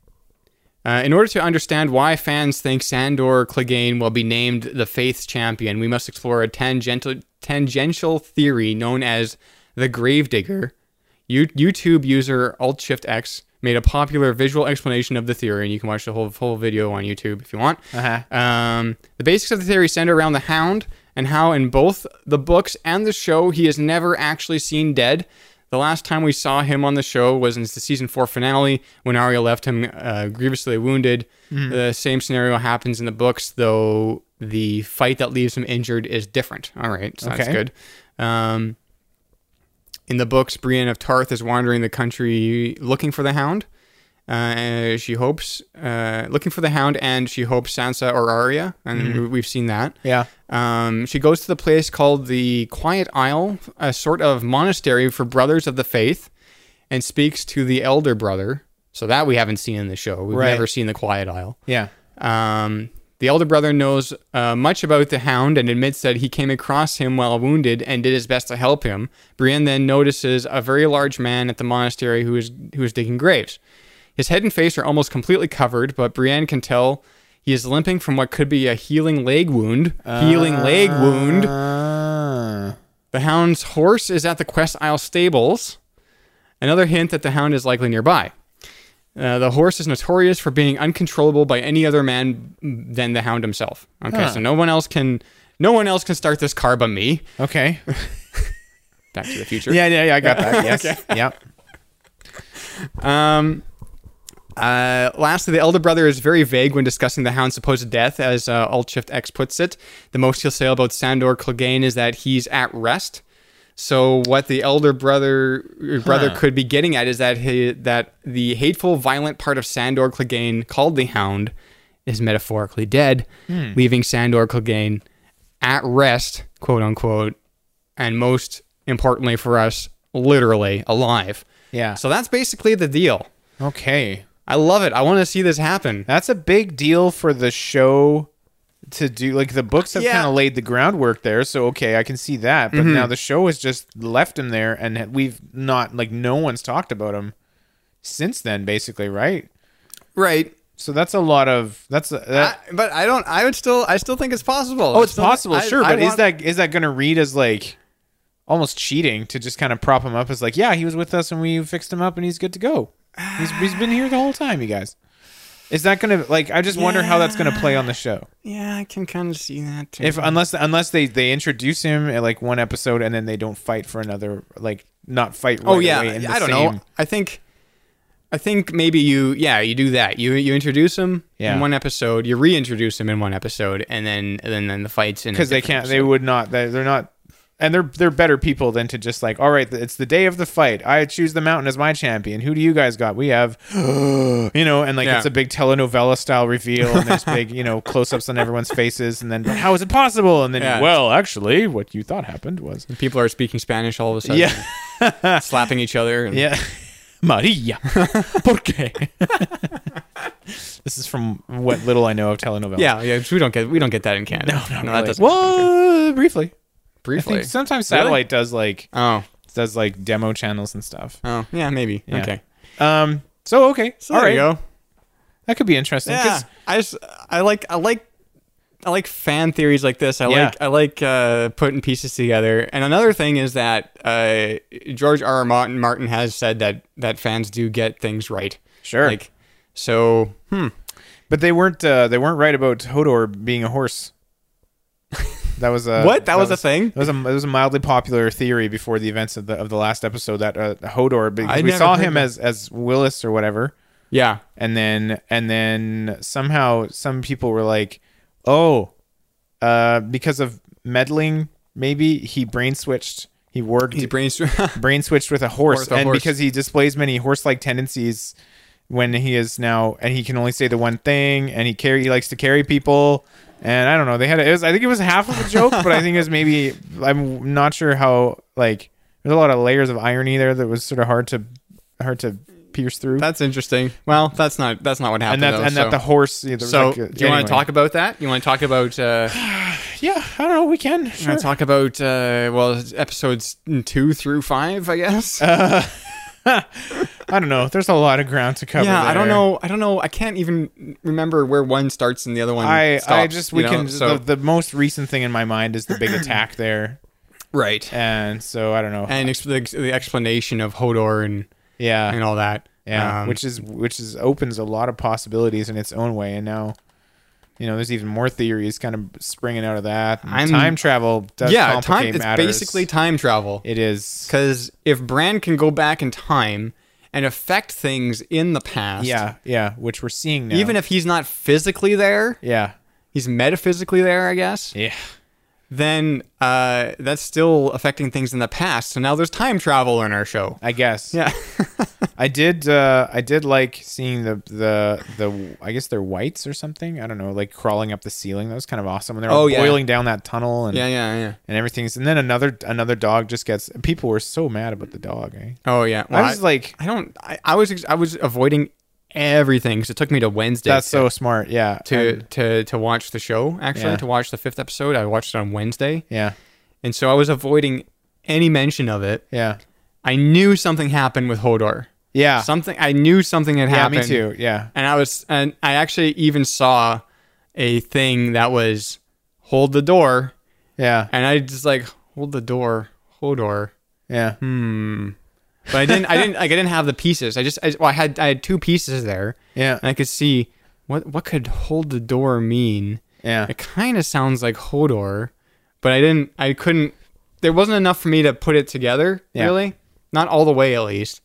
Speaker 1: Uh, in order to understand why fans think Sandor Clegane will be named the Faith's champion, we must explore a tangential, tangential theory known as the Gravedigger. You, YouTube user AltShiftX made a popular visual explanation of the theory, and you can watch the whole full video on YouTube if you want.
Speaker 4: Uh-huh.
Speaker 1: Um, the basics of the theory center around the Hound and how, in both the books and the show, he is never actually seen dead. The last time we saw him on the show was in the season four finale when Arya left him uh, grievously wounded. The same scenario happens in the books, though the fight that leaves him injured is different. All right, so that's
Speaker 4: Okay.
Speaker 1: good. Um, in the books, Brienne of Tarth is wandering the country looking for the Hound. Uh, she hopes, uh, looking for the hound, and she hopes Sansa or Arya, and
Speaker 4: Mhm.
Speaker 1: we- we've seen that.
Speaker 4: Yeah.
Speaker 1: Um, she goes to the place called the Quiet Isle, a sort of monastery for brothers of the faith, and speaks to the elder brother. So that we haven't seen in the show. We've
Speaker 4: Right.
Speaker 1: never seen the Quiet Isle.
Speaker 4: Yeah.
Speaker 1: Um, the elder brother knows uh, much about the hound and admits that he came across him while wounded and did his best to help him. Brienne then notices a very large man at the monastery who is who is digging graves. His head and face are almost completely covered, but Brienne can tell he is limping from what could be a healing leg wound. healing leg wound. The hound's horse is at the Quest Isle stables. Another hint that the hound is likely nearby. Uh, the horse is notorious for being uncontrollable by any other man than the hound himself. Okay,
Speaker 4: Huh.
Speaker 1: so no one else can no one else can start this car but me.
Speaker 4: Okay.
Speaker 1: Back to the future.
Speaker 4: Yeah, yeah, yeah, I got that. Yes. Yep.
Speaker 1: Um, uh, lastly, the elder brother is very vague when discussing the hound's supposed death, as uh, Alt Shift X puts it. The most he'll say about Sandor Clegane is that he's at rest. So, what the elder brother or brother
Speaker 4: Huh.
Speaker 1: could be getting at is that he, that the hateful, violent part of Sandor Clegane, called the Hound, is metaphorically dead,
Speaker 4: Hmm.
Speaker 1: leaving Sandor Clegane at rest, quote unquote, and most importantly for us, literally alive.
Speaker 4: Yeah.
Speaker 1: So that's basically the deal.
Speaker 4: Okay.
Speaker 1: I love it. I want to see this happen.
Speaker 4: That's a big deal for the show to do. Like the books have
Speaker 1: Yeah.
Speaker 4: kind of laid the groundwork there, so okay, I can see that. But
Speaker 1: Mhm.
Speaker 4: now the show has just left him there, and we've not like no one's talked about him since then, basically, right?
Speaker 1: Right.
Speaker 4: So that's a lot of that's a, that.
Speaker 1: I- but I don't. I would still. I still think Uh, it's possible.
Speaker 4: oh, it's
Speaker 1: Still-
Speaker 4: possible,
Speaker 1: I-
Speaker 4: sure,
Speaker 1: I
Speaker 4: but is
Speaker 1: want-
Speaker 4: that is that going to read as like almost cheating to just kind of prop him up as like, yeah, he was with us and we fixed him up and he's good to go. He's he's been here the whole time, you guys. Is that going to like? I just wonder how that's going to play on the show.
Speaker 1: Yeah, I can kind of see that. Too.
Speaker 4: If unless unless they they introduce him in like one episode and then they don't fight for another, like not fight. Right
Speaker 1: oh yeah,
Speaker 4: away in the
Speaker 1: I don't
Speaker 4: same-
Speaker 1: know. I think. I think maybe you. Yeah, you do that. You you introduce him
Speaker 4: Yeah.
Speaker 1: in one episode. You reintroduce him in one episode, and then and then then the fights in a
Speaker 4: because they
Speaker 1: different
Speaker 4: can't. They would not. They, they're not. And they're they're better people than to just like, all right, it's the day of the fight. I choose the mountain as my champion. Who do you guys got? We have, you know, and like
Speaker 1: Yeah.
Speaker 4: it's a big telenovela style reveal, and there's big, you know, close ups on everyone's faces, and then but how is it possible? And then,
Speaker 1: Yeah.
Speaker 4: well, actually, what you thought happened was,
Speaker 1: episode. People are speaking Spanish all of a sudden.
Speaker 4: yeah,
Speaker 1: slapping each other. and-
Speaker 4: yeah, Maria, por qué? this is from what little I know of telenovelas.
Speaker 1: Yeah, yeah. 'cause We don't get we don't get that in Canada.
Speaker 4: no,
Speaker 1: no,
Speaker 4: no,
Speaker 1: that
Speaker 4: really.
Speaker 1: doesn't.
Speaker 4: Well, briefly,
Speaker 1: briefly.
Speaker 4: I think sometimes
Speaker 1: Really?
Speaker 4: satellite does like
Speaker 1: Oh,
Speaker 4: does like demo channels and stuff.
Speaker 1: oh, yeah, maybe.
Speaker 4: Yeah.
Speaker 1: Okay.
Speaker 4: Um. So okay.
Speaker 1: So there you go.
Speaker 4: That could be interesting.
Speaker 1: Yeah,
Speaker 4: 'cause-
Speaker 1: I just I like I like I like fan theories like this. I
Speaker 4: Yeah.
Speaker 1: like I like uh, putting pieces together. And another thing is that uh, George R. R. Martin Martin has said that that fans do get things right.
Speaker 4: Sure.
Speaker 1: Like so. Hmm.
Speaker 4: but they weren't. Uh, they weren't right about Hodor being a horse. That was a
Speaker 1: What? That was a thing?
Speaker 4: Uh, That was a it was a mildly popular theory before the events of the of the last episode that uh, Hodor because
Speaker 1: I'd
Speaker 4: we
Speaker 1: never
Speaker 4: saw
Speaker 1: heard
Speaker 4: him
Speaker 1: that.
Speaker 4: as as Willis or whatever,
Speaker 1: Yeah.
Speaker 4: and then and then somehow some people were like, oh, uh, because of meddling, maybe he brain switched. He worked.
Speaker 1: He brainstorm.
Speaker 4: brain switched with a horse,
Speaker 1: With a
Speaker 4: and
Speaker 1: horse.
Speaker 4: because he displays many horse-like tendencies when he is now, and he can only say the one thing, and he carry he likes to carry people, and I don't know. They had a, it was I think it was half of a joke, but I think it was maybe I'm not sure how like there's a lot of layers of irony there that was sort of hard to hard to pierce through,
Speaker 1: that's interesting. Well, that's not that's not what
Speaker 4: and
Speaker 1: happened.
Speaker 4: that
Speaker 1: though,
Speaker 4: and
Speaker 1: so.
Speaker 4: that the horse. Yeah, there was
Speaker 1: So,
Speaker 4: like a-
Speaker 1: do you want
Speaker 4: anyway.
Speaker 1: to talk about that? You want to talk about? Uh,
Speaker 4: Yeah, I don't know. We can
Speaker 1: you wanna
Speaker 4: sure.
Speaker 1: talk about? Uh, well, episodes two through five, I guess.
Speaker 4: I don't know. There's a lot of ground to cover.
Speaker 1: yeah, I don't
Speaker 4: there.
Speaker 1: know. I don't know. I can't even remember where one starts and the other one.
Speaker 4: I, I
Speaker 1: stops,
Speaker 4: just
Speaker 1: you
Speaker 4: we
Speaker 1: know?
Speaker 4: can
Speaker 1: so
Speaker 4: the, the most recent thing in my mind is the big attack there
Speaker 1: right
Speaker 4: and so I don't know.
Speaker 1: and ex- the, the explanation of Hodor and
Speaker 4: yeah,
Speaker 1: and all that.
Speaker 4: yeah,
Speaker 1: Um,
Speaker 4: which is which is opens a lot of possibilities in its own way. And now, you know, there's even more theories kind of springing out of that. And
Speaker 1: I'm-
Speaker 4: time travel does
Speaker 1: yeah, time.
Speaker 4: complicate
Speaker 1: It's
Speaker 4: matters.
Speaker 1: basically time travel.
Speaker 4: it is.
Speaker 1: Because if Bran can go back in time and affect things in the past,
Speaker 4: Yeah, yeah, which we're seeing now.
Speaker 1: even if he's not physically there,
Speaker 4: yeah,
Speaker 1: he's metaphysically there. I guess
Speaker 4: yeah,
Speaker 1: then uh, that's still affecting things in the past. So now there's time travel in our show.
Speaker 4: I guess.
Speaker 1: Yeah.
Speaker 4: I did. Uh, I did like seeing the the the. I guess they're whites or something. I don't know. Like crawling up the ceiling. That was kind of awesome. And they're all
Speaker 1: Oh, yeah.
Speaker 4: boiling down that tunnel. And,
Speaker 1: Yeah, yeah, yeah.
Speaker 4: And everything's. And then another another dog just gets. People were so mad about the dog. Eh?
Speaker 1: Oh yeah.
Speaker 4: I was like,
Speaker 1: I don't. I, I was ex- I was avoiding everything because it took me to Wednesday.
Speaker 4: That's
Speaker 1: to-
Speaker 4: so smart. Yeah.
Speaker 1: to
Speaker 4: And-
Speaker 1: to to watch the show. Actually,
Speaker 4: Yeah.
Speaker 1: to watch the fifth episode, I watched it on Wednesday,
Speaker 4: yeah.
Speaker 1: and so I was avoiding any mention of it.
Speaker 4: Yeah.
Speaker 1: I knew something happened with Hodor.
Speaker 4: Yeah.
Speaker 1: Something I knew something had
Speaker 4: yeah.
Speaker 1: happened.
Speaker 4: Me too. Yeah.
Speaker 1: And I was and I actually even saw a thing that was hold the door,
Speaker 4: Yeah.
Speaker 1: and I just like hold the door, Hodor.
Speaker 4: Yeah.
Speaker 1: Hmm. But I didn't. I didn't like. I didn't have the pieces. I just. I, well, I had. I had two pieces there.
Speaker 4: Yeah.
Speaker 1: And I could see what what could hold the door mean.
Speaker 4: Yeah.
Speaker 1: It kind of sounds like Hodor, but I didn't. I couldn't. There wasn't enough for me to put it together.
Speaker 4: Yeah.
Speaker 1: Really, not all the way at least.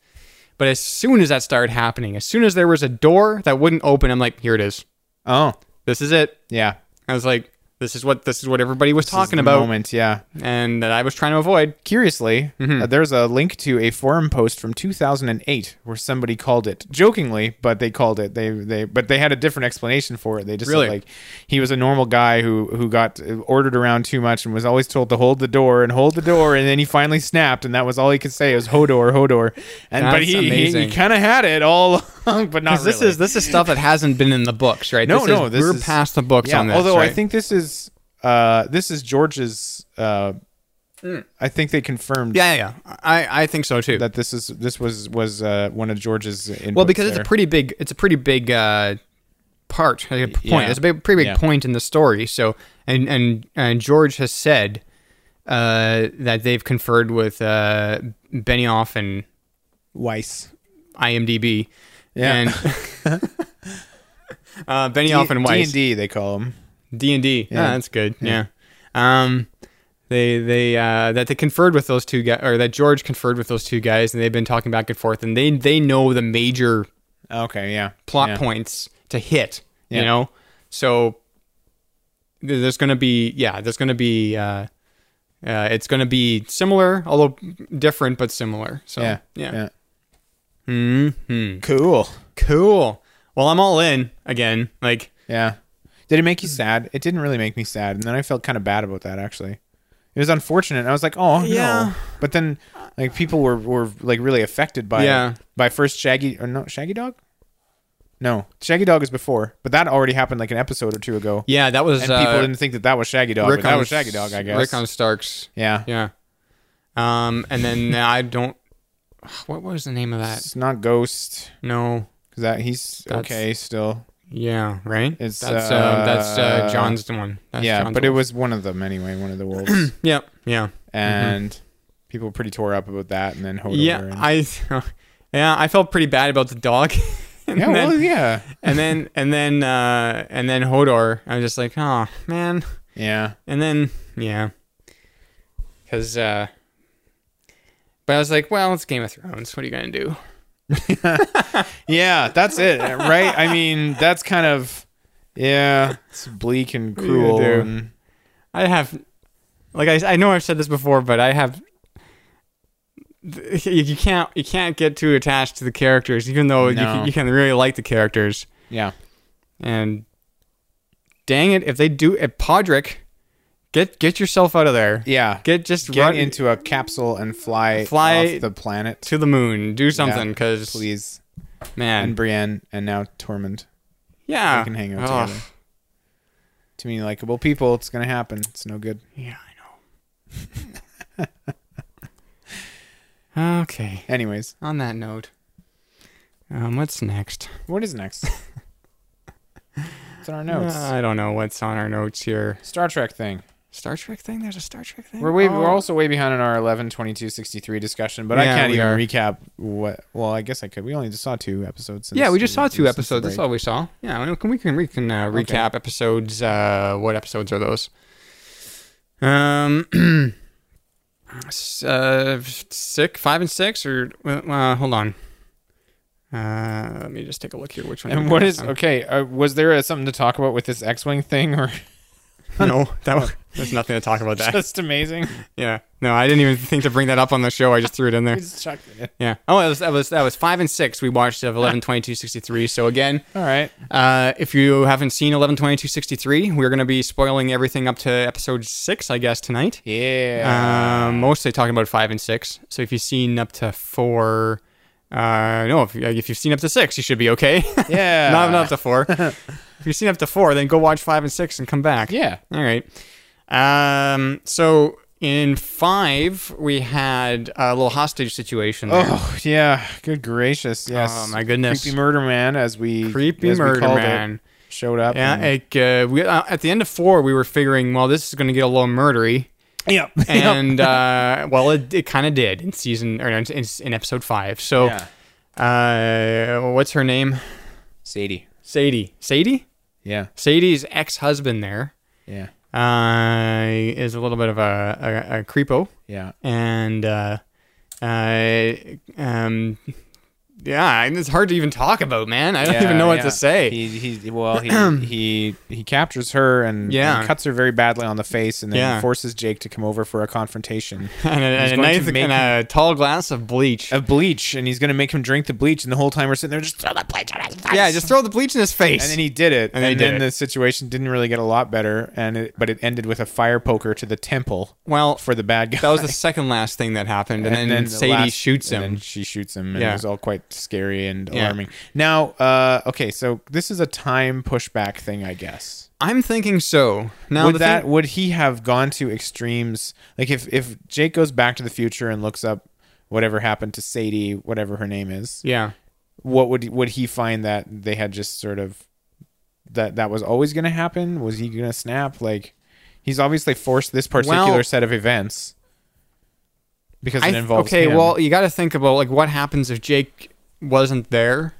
Speaker 1: But as soon as that started happening, as soon as there was a door that wouldn't open, I'm like, here it is.
Speaker 4: Oh.
Speaker 1: This is it.
Speaker 4: Yeah.
Speaker 1: I was like, this is what this is what everybody was
Speaker 4: This is
Speaker 1: talking
Speaker 4: the
Speaker 1: about,
Speaker 4: moment. Yeah.
Speaker 1: and that I was trying to avoid.
Speaker 4: Curiously,
Speaker 1: Mm-hmm.
Speaker 4: uh, there's a link to a forum post from 2008 where somebody called it jokingly, but they called it they they but they had a different explanation for it. They just
Speaker 1: Really?
Speaker 4: said like he was a normal guy who who got uh, ordered around too much and was always told to hold the door and hold the door, and then he finally snapped, and that was all he could say. It was Hodor, Hodor, and but
Speaker 1: That's
Speaker 4: he he, he
Speaker 1: amazing.
Speaker 4: kind of had it all along, but not
Speaker 1: Because
Speaker 4: really.
Speaker 1: this is this is stuff that hasn't been in the books, right?
Speaker 4: no
Speaker 1: this
Speaker 4: no
Speaker 1: is,
Speaker 4: this
Speaker 1: we're
Speaker 4: is,
Speaker 1: past the books
Speaker 4: yeah,
Speaker 1: on this.
Speaker 4: Although I
Speaker 1: right?
Speaker 4: think this is uh this is George's uh. I think they confirmed
Speaker 1: Hmm. yeah, yeah, yeah. I I think so too.
Speaker 4: that this is this was was uh, one of George's. Inputs
Speaker 1: well, because it's
Speaker 4: there.
Speaker 1: a pretty big it's a pretty big uh, part, a point.
Speaker 4: Yeah.
Speaker 1: It's a big, pretty big
Speaker 4: Yeah.
Speaker 1: point in the story. So and and and George has said uh, that they've conferred with uh, Benioff and
Speaker 4: Weiss.
Speaker 1: IMDb.
Speaker 4: Yeah.
Speaker 1: And, uh, Benioff and
Speaker 4: D
Speaker 1: Weiss.
Speaker 4: and D they call them.
Speaker 1: D and D. Yeah, that's good. Yeah. Um, they they uh, that they conferred with those two guys, or that George conferred with those two guys, and they've been talking back and forth, and they they know the major
Speaker 4: Okay, yeah.
Speaker 1: plot
Speaker 4: Yeah.
Speaker 1: points to hit.
Speaker 4: Yeah.
Speaker 1: You know, so th- there's gonna be yeah, there's gonna be uh, uh, it's gonna be similar, although different, but similar. So
Speaker 4: Yeah,
Speaker 1: yeah.
Speaker 4: Hmm. Cool.
Speaker 1: cool. Well, I'm all in again. Like
Speaker 4: Yeah. Did it make you sad? It didn't really make me sad, and then I felt kind of bad about that actually. It was unfortunate. I was like, oh
Speaker 1: Yeah.
Speaker 4: no. But then, like people were were like really affected by
Speaker 1: Yeah.
Speaker 4: by first Shaggy or no Shaggy Dog. No, Shaggy Dog is before, but that already happened like an episode or two ago.
Speaker 1: yeah, that was
Speaker 4: and
Speaker 1: uh,
Speaker 4: people didn't think that that was Shaggy Dog. but that was Shaggy Dog, I guess.
Speaker 1: Rick on Starks.
Speaker 4: yeah,
Speaker 1: Yeah. Um, and then I don't. What was the name of that?
Speaker 4: It's not Ghost.
Speaker 1: No.
Speaker 4: Cause that he's
Speaker 1: That's-
Speaker 4: okay still.
Speaker 1: Yeah. Right.
Speaker 4: It's,
Speaker 1: that's
Speaker 4: uh,
Speaker 1: that's uh, John's one. That's
Speaker 4: yeah,
Speaker 1: John's
Speaker 4: but it
Speaker 1: one.
Speaker 4: was one of them anyway, one of the wolves,
Speaker 1: Yeah. Yeah.
Speaker 4: and people were pretty tore up about that. And then Hodor.
Speaker 1: Mm-hmm. Yeah.
Speaker 4: and,
Speaker 1: I. Yeah, I felt pretty bad about the dog. and
Speaker 4: yeah,
Speaker 1: then,
Speaker 4: well, yeah,
Speaker 1: and then and then uh, and then Hodor. I was just like, oh man.
Speaker 4: yeah,
Speaker 1: And then yeah. Because. Uh, but I was like, well, it's Game of Thrones. What are you gonna do?
Speaker 4: yeah. That's it, right? I mean, that's kind of yeah, it's bleak and cruel.
Speaker 1: do?
Speaker 4: and-
Speaker 1: I have, like I, I know I've said this before, but I have. You you can't you can't get too attached to the characters, even though you,
Speaker 4: No.
Speaker 1: can, you can really like the characters.
Speaker 4: yeah,
Speaker 1: And dang it, if they do if Podrick, get get yourself out of there.
Speaker 4: yeah.
Speaker 1: Get just
Speaker 4: Get
Speaker 1: run into
Speaker 4: into a capsule and fly
Speaker 1: Fly
Speaker 4: off the planet.
Speaker 1: to the moon. Do something,
Speaker 4: Yeah,
Speaker 1: cause
Speaker 4: please.
Speaker 1: man,
Speaker 4: And Brienne, and now Tormund.
Speaker 1: yeah,
Speaker 4: We can hang out
Speaker 1: Ah, Ugh.
Speaker 4: together. Too many likable people. It's gonna happen. It's no good.
Speaker 1: Yeah, I know. okay.
Speaker 4: Anyways,
Speaker 1: On that note, um, what's next?
Speaker 4: what is next? it's in our notes.
Speaker 1: Uh, I don't know what's on our notes here.
Speaker 4: Star Trek thing.
Speaker 1: Star Trek thing? There's a Star Trek thing.
Speaker 4: We're way,
Speaker 1: Oh.
Speaker 4: we're also way behind on our 11 22 63 discussion, but I
Speaker 1: Yeah,
Speaker 4: can't
Speaker 1: we
Speaker 4: even
Speaker 1: are.
Speaker 4: recap what well, I guess I could. We only just saw two episodes since
Speaker 1: yeah. We just saw two
Speaker 4: since the
Speaker 1: episodes. That's
Speaker 4: break.
Speaker 1: all we saw. Yeah, we can we can, we can uh, recap episodes. Uh, what episodes are those? Um, s- uh, six, five, and six, or uh, hold on. Uh, let me just take a look here. Which one?
Speaker 4: And
Speaker 1: we
Speaker 4: what
Speaker 1: got
Speaker 4: is
Speaker 1: on.
Speaker 4: okay, uh, was there uh, something to talk about with this X-wing thing or
Speaker 1: No, that was There's nothing to talk about that.
Speaker 4: Just amazing.
Speaker 1: yeah. No, I didn't even think to bring that up on the show. I just threw it in there.
Speaker 4: Just chucked it in.
Speaker 1: Yeah. Oh, that was that was that was five and six. We watched of eleven twenty two sixty three. So again,
Speaker 4: All right.
Speaker 1: uh, if you haven't seen eleven twenty two sixty three, we're gonna be spoiling everything up to episode six, I guess, tonight.
Speaker 4: Yeah.
Speaker 1: Uh, mostly talking about five and six. So if you've seen up to four, uh, no, if, if you've seen up to six, you should be okay.
Speaker 4: Yeah.
Speaker 1: not, not up to four. if you've seen up to four, then go watch five and six and come back.
Speaker 4: Yeah.
Speaker 1: All right. Um, so in five, we had a little hostage situation. there.
Speaker 4: oh yeah. Good gracious. Yes.
Speaker 1: Oh, my goodness.
Speaker 4: Creepy murder man, as we
Speaker 1: Creepy
Speaker 4: as we
Speaker 1: murder
Speaker 4: called it,
Speaker 1: man.
Speaker 4: showed up.
Speaker 1: Yeah,
Speaker 4: and-
Speaker 1: like uh, we uh, at the end of four, we were figuring, well, this is going to get a little murdery,
Speaker 4: Yep.
Speaker 1: and uh, well, it, it kind of did in season or in, in, in episode five. So,
Speaker 4: Yeah.
Speaker 1: uh, what's her name?
Speaker 4: Sadie.
Speaker 1: Sadie. Sadie.
Speaker 4: Yeah.
Speaker 1: Sadie's ex-husband there
Speaker 4: Yeah.
Speaker 1: uh, is a little bit of a, a, a creepo.
Speaker 4: Yeah.
Speaker 1: and uh, uh, um, yeah, and it's hard to even talk about, man. I don't
Speaker 4: Yeah,
Speaker 1: even know what
Speaker 4: yeah.
Speaker 1: to say.
Speaker 4: He, he well, he, he he captures her and,
Speaker 1: Yeah.
Speaker 4: and cuts her very badly on the face, and then
Speaker 1: Yeah.
Speaker 4: forces Jake to come over for a confrontation.
Speaker 1: and a, and
Speaker 4: He's
Speaker 1: a
Speaker 4: going to
Speaker 1: knife
Speaker 4: make
Speaker 1: and a tall glass of bleach.
Speaker 4: Of bleach, and he's gonna make him drink the bleach, and the whole time we're sitting there just throw the bleach on his face.
Speaker 1: yeah, just throw the bleach in his face.
Speaker 4: And then he did it,
Speaker 1: And
Speaker 4: and,
Speaker 1: then he did
Speaker 4: then
Speaker 1: it.
Speaker 4: the situation didn't really get a lot better, and it, but it ended with a fire poker to the temple
Speaker 1: well,
Speaker 4: for the bad guy.
Speaker 1: that was the second last thing that happened, and, then,
Speaker 4: the
Speaker 1: Sadie
Speaker 4: last-
Speaker 1: shoots
Speaker 4: and
Speaker 1: him.
Speaker 4: then she shoots him, and
Speaker 1: Yeah.
Speaker 4: it was all quite scary and
Speaker 1: Yeah.
Speaker 4: alarming. Now, uh, okay, so this is a time pushback thing, I guess.
Speaker 1: I'm thinking so. Now
Speaker 4: would
Speaker 1: the
Speaker 4: that
Speaker 1: thing-
Speaker 4: would he have gone to extremes like if if Jake goes back to the future and looks up whatever happened to Sadie whatever her name is
Speaker 1: yeah,
Speaker 4: what would would he find that they had just sort of that that was always going to happen was he going to snap like he's obviously forced this particular
Speaker 1: Well-
Speaker 4: set of events because
Speaker 1: I
Speaker 4: it
Speaker 1: th-
Speaker 4: involves
Speaker 1: okay.
Speaker 4: him.
Speaker 1: Well, you got to think about like what happens if Jake wasn't there.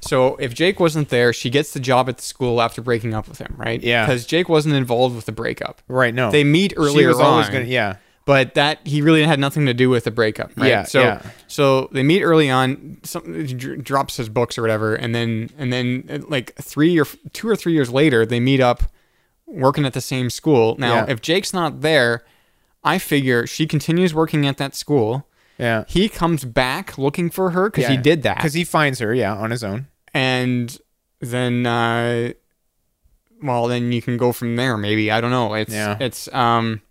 Speaker 1: So if Jake wasn't there, she gets the job at the school after breaking up with him, right?
Speaker 4: Yeah.
Speaker 1: Because Jake wasn't involved with the breakup.
Speaker 4: right no
Speaker 1: They meet
Speaker 4: she
Speaker 1: earlier
Speaker 4: was always
Speaker 1: on.
Speaker 4: gonna yeah
Speaker 1: but that he really had nothing to do with the breakup. Right?
Speaker 4: Yeah,
Speaker 1: So
Speaker 4: yeah.
Speaker 1: so they meet early on. Some he dr- drops his books or whatever, and then and then uh, like three or f- two or three years later, they meet up, working at the same school. Now,
Speaker 4: Yeah.
Speaker 1: if Jake's not there, I figure she continues working at that school.
Speaker 4: yeah
Speaker 1: He comes back looking for her because he did that,
Speaker 4: because he finds her yeah on his own
Speaker 1: and then uh, well, then you can go from there. Maybe I don't know. It's
Speaker 4: Yeah.
Speaker 1: it's um,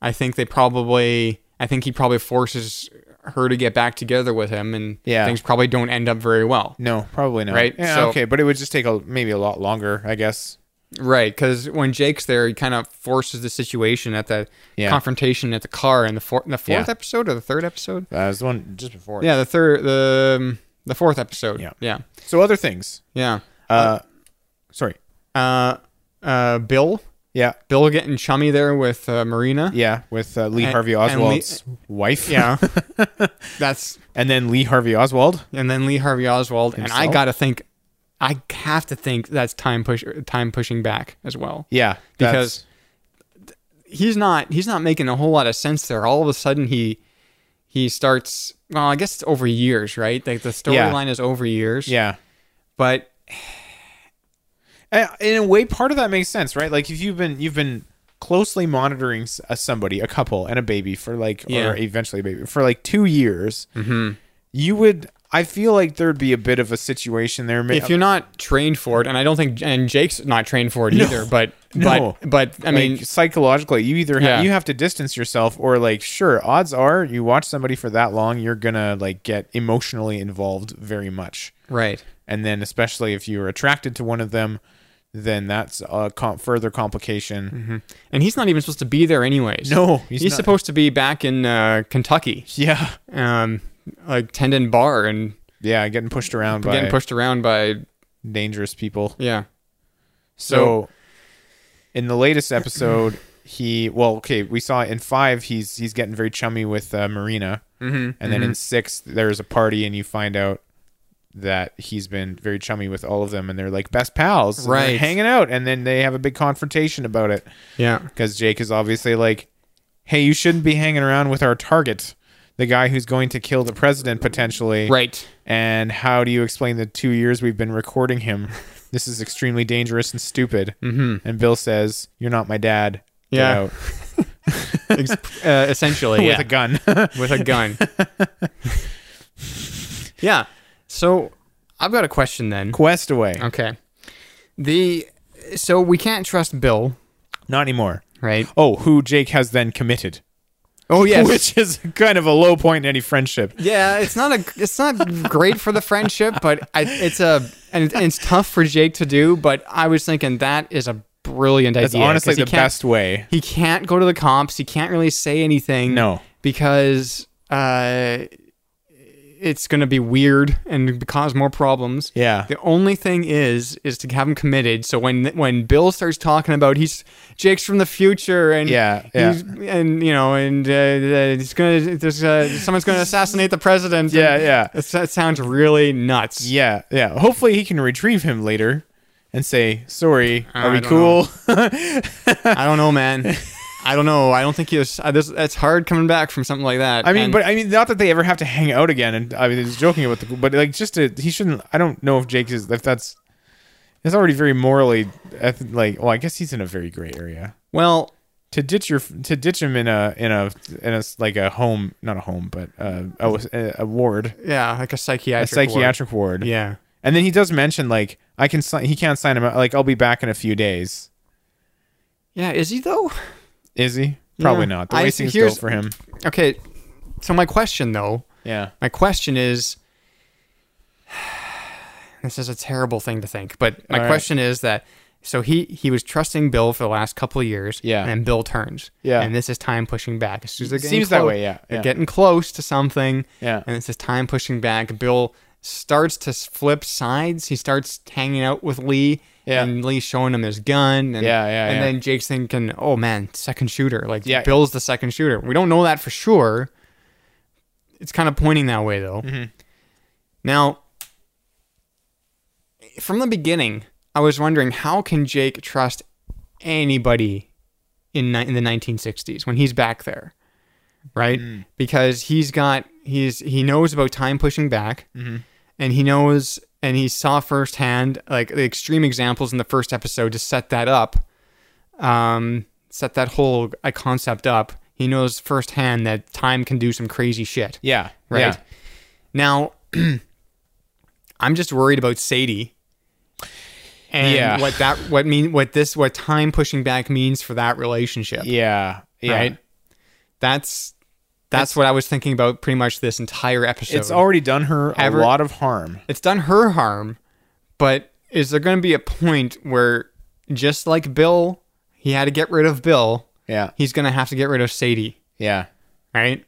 Speaker 1: I think they probably I think he probably forces her to get back together with him, and
Speaker 4: Yeah.
Speaker 1: things probably don't end up very well,
Speaker 4: no probably not
Speaker 1: Right,
Speaker 4: yeah
Speaker 1: so-
Speaker 4: okay but it would just take a maybe a lot longer I guess
Speaker 1: right? Because when Jake's there, he kind of forces the situation at the
Speaker 4: Yeah.
Speaker 1: confrontation at the car in the, four- in the fourth
Speaker 4: Yeah.
Speaker 1: episode or the third episode.
Speaker 4: that Uh, was the one just before
Speaker 1: Yeah, the third the um, the fourth episode.
Speaker 4: Yeah.
Speaker 1: yeah,
Speaker 4: So other things.
Speaker 1: yeah.
Speaker 4: Uh, sorry.
Speaker 1: Uh, uh, Bill.
Speaker 4: Yeah,
Speaker 1: Bill getting chummy there with uh, Marina.
Speaker 4: yeah, with uh, Lee
Speaker 1: And-
Speaker 4: Harvey
Speaker 1: and Lee-
Speaker 4: Oswald's wife.
Speaker 1: Yeah. That's
Speaker 4: and then Lee Harvey Oswald.
Speaker 1: and then Lee Harvey Oswald and I
Speaker 4: Himself?
Speaker 1: got to think I have to think that's time push time pushing back as well.
Speaker 4: Yeah,
Speaker 1: Because
Speaker 4: that's-
Speaker 1: He's not he's not making a whole lot of sense there. All of a sudden he he starts well, I guess it's over years, right? Like the
Speaker 4: Yeah.
Speaker 1: storyline is over years.
Speaker 4: yeah.
Speaker 1: But
Speaker 4: Uh, In a way, part of that makes sense, right? Like if you've been you've been closely monitoring s- a somebody, a couple, and a baby for like,
Speaker 1: Yeah. Mm-hmm.
Speaker 4: or eventually a baby for like two years, you would. I feel like there'd be a bit of a situation there.
Speaker 1: if you're not trained for it, and I don't think and Jake's not trained for it either, but
Speaker 4: No.
Speaker 1: but but I
Speaker 4: like,
Speaker 1: mean
Speaker 4: psychologically, you either ha-
Speaker 1: Yeah.
Speaker 4: you have to distance yourself, or like, sure, odds are you watch somebody for that long, you're gonna like get emotionally involved very much,
Speaker 1: right.
Speaker 4: and then especially if you're attracted to one of them, then that's a com- further complication.
Speaker 1: Mm-hmm. And he's not even supposed to be there anyways.
Speaker 4: No,
Speaker 1: he's,
Speaker 4: he's not.
Speaker 1: supposed to be back in uh, Kentucky,
Speaker 4: Yeah,
Speaker 1: um, like tendon bar and
Speaker 4: yeah, getting pushed around by
Speaker 1: getting pushed around by
Speaker 4: dangerous people.
Speaker 1: yeah.
Speaker 4: So, in the latest episode, he well, okay, we saw in five he's he's getting very chummy with uh, Marina, mm-hmm, and then in six there's a party and you find out that he's been very chummy with all of them and they're like best pals, and they're
Speaker 1: Right.
Speaker 4: Hanging out, and then they have a big confrontation about it
Speaker 1: yeah,
Speaker 4: because Jake is obviously like, hey, you shouldn't be hanging around with our target. The guy who's going to kill the president potentially.
Speaker 1: right.
Speaker 4: And how do you explain the two years we've been recording him? This is extremely dangerous and stupid. Mm-hmm. And Bill says, You're not my dad.
Speaker 1: Yeah. Ex- uh, essentially,
Speaker 4: With
Speaker 1: yeah.
Speaker 4: a gun.
Speaker 1: With a gun. yeah. So I've got a question then.
Speaker 4: Quest away.
Speaker 1: Okay. The so we can't trust Bill,
Speaker 4: Not anymore.
Speaker 1: right?
Speaker 4: Oh, who Jake has then committed.
Speaker 1: Oh yes.
Speaker 4: Which is kind of a low point in any friendship.
Speaker 1: yeah, it's not a it's not great for the friendship, but I, it's a and it- and it's tough for Jake to do. But I was thinking that is a brilliant
Speaker 4: That's
Speaker 1: idea.
Speaker 4: honestly
Speaker 1: 'cause he
Speaker 4: the
Speaker 1: can't-
Speaker 4: best way.
Speaker 1: He can't go to the comps. He can't really say anything.
Speaker 4: No.
Speaker 1: because uh, it's going to be weird and cause more problems.
Speaker 4: Yeah.
Speaker 1: The only thing is, is to have him committed. So when when Bill starts talking about he's Jake's from the future and
Speaker 4: Yeah, yeah.
Speaker 1: he's- and you know and uh, uh, it's gonna there's uh, someone's gonna assassinate the president.
Speaker 4: Yeah,
Speaker 1: and
Speaker 4: yeah.
Speaker 1: it's- That sounds really nuts.
Speaker 4: Yeah, yeah. Hopefully he can retrieve him later and say, sorry, are
Speaker 1: I
Speaker 4: we
Speaker 1: don't
Speaker 4: cool?
Speaker 1: I don't know, man. I don't know. I don't think he was. I, this, that's hard coming back from something like that.
Speaker 4: I mean,
Speaker 1: And-
Speaker 4: but I mean, not that they ever have to hang out again. And I mean, he's joking about the, but like, just to, he shouldn't. I don't know if Jake is if that's. It's already very morally, eth- like, well, I guess he's in a very gray area.
Speaker 1: well,
Speaker 4: To ditch your, to ditch him in a, in a, in a s- like a home, not a home, but uh, a, a ward,
Speaker 1: yeah, like a
Speaker 4: a
Speaker 1: psychiatric
Speaker 4: psychiatric ward.
Speaker 1: Mm-hmm. ward. Yeah.
Speaker 4: and then he does mention like I can sign, he can't sign him out. Like I'll be back in a few days.
Speaker 1: Yeah, is he though?
Speaker 4: Is he? Probably
Speaker 1: Yeah.
Speaker 4: not. The
Speaker 1: I
Speaker 4: way
Speaker 1: see-
Speaker 4: things go
Speaker 1: here's-
Speaker 4: for him.
Speaker 1: Okay. So my question though,
Speaker 4: Yeah.
Speaker 1: my question is this is a terrible thing to think, but my
Speaker 4: All right.
Speaker 1: question is that so he he was trusting Bill for the last couple of years,
Speaker 4: Yeah.
Speaker 1: and Bill turns,
Speaker 4: Yeah.
Speaker 1: and this is time pushing back. As soon as they're getting
Speaker 4: Seems that
Speaker 1: clo-
Speaker 4: way, yeah,
Speaker 1: they're
Speaker 4: yeah.
Speaker 1: getting close to something,
Speaker 4: Yeah.
Speaker 1: and this is time pushing back. Bill starts to s- flip sides. He starts hanging out with Lee,
Speaker 4: Yeah.
Speaker 1: and Lee's showing him his gun, and
Speaker 4: Yeah, yeah,
Speaker 1: and
Speaker 4: yeah.
Speaker 1: then Jake's thinking, oh man, second shooter, like
Speaker 4: Yeah.
Speaker 1: Bill's the second shooter. We don't know that for sure. It's kind of pointing that way though.
Speaker 4: Mm-hmm.
Speaker 1: Now, from the beginning, I was wondering how can Jake trust anybody in ni- in the 1960s when he's back there, right?
Speaker 4: Mm.
Speaker 1: Because he's got he's he knows about time pushing back, and he knows and he saw firsthand like the extreme examples in the first episode to set that up, um, set that whole uh, concept up. He knows firsthand that time can do some crazy shit.
Speaker 4: Yeah.
Speaker 1: Right.
Speaker 4: Yeah.
Speaker 1: Now, I'm just worried about Sadie. And
Speaker 4: Yeah.
Speaker 1: what that what mean what this what time pushing back means for that relationship.
Speaker 4: Yeah. Yeah.
Speaker 1: Right? That's that's what I was thinking about pretty much this entire episode.
Speaker 4: It's already done her
Speaker 1: Ever-
Speaker 4: a lot of harm.
Speaker 1: it's done her harm, but is there going to be a point where just like Bill, he had to get rid of Bill,
Speaker 4: Yeah.
Speaker 1: he's going to have to get rid of Sadie.
Speaker 4: Yeah.
Speaker 1: right?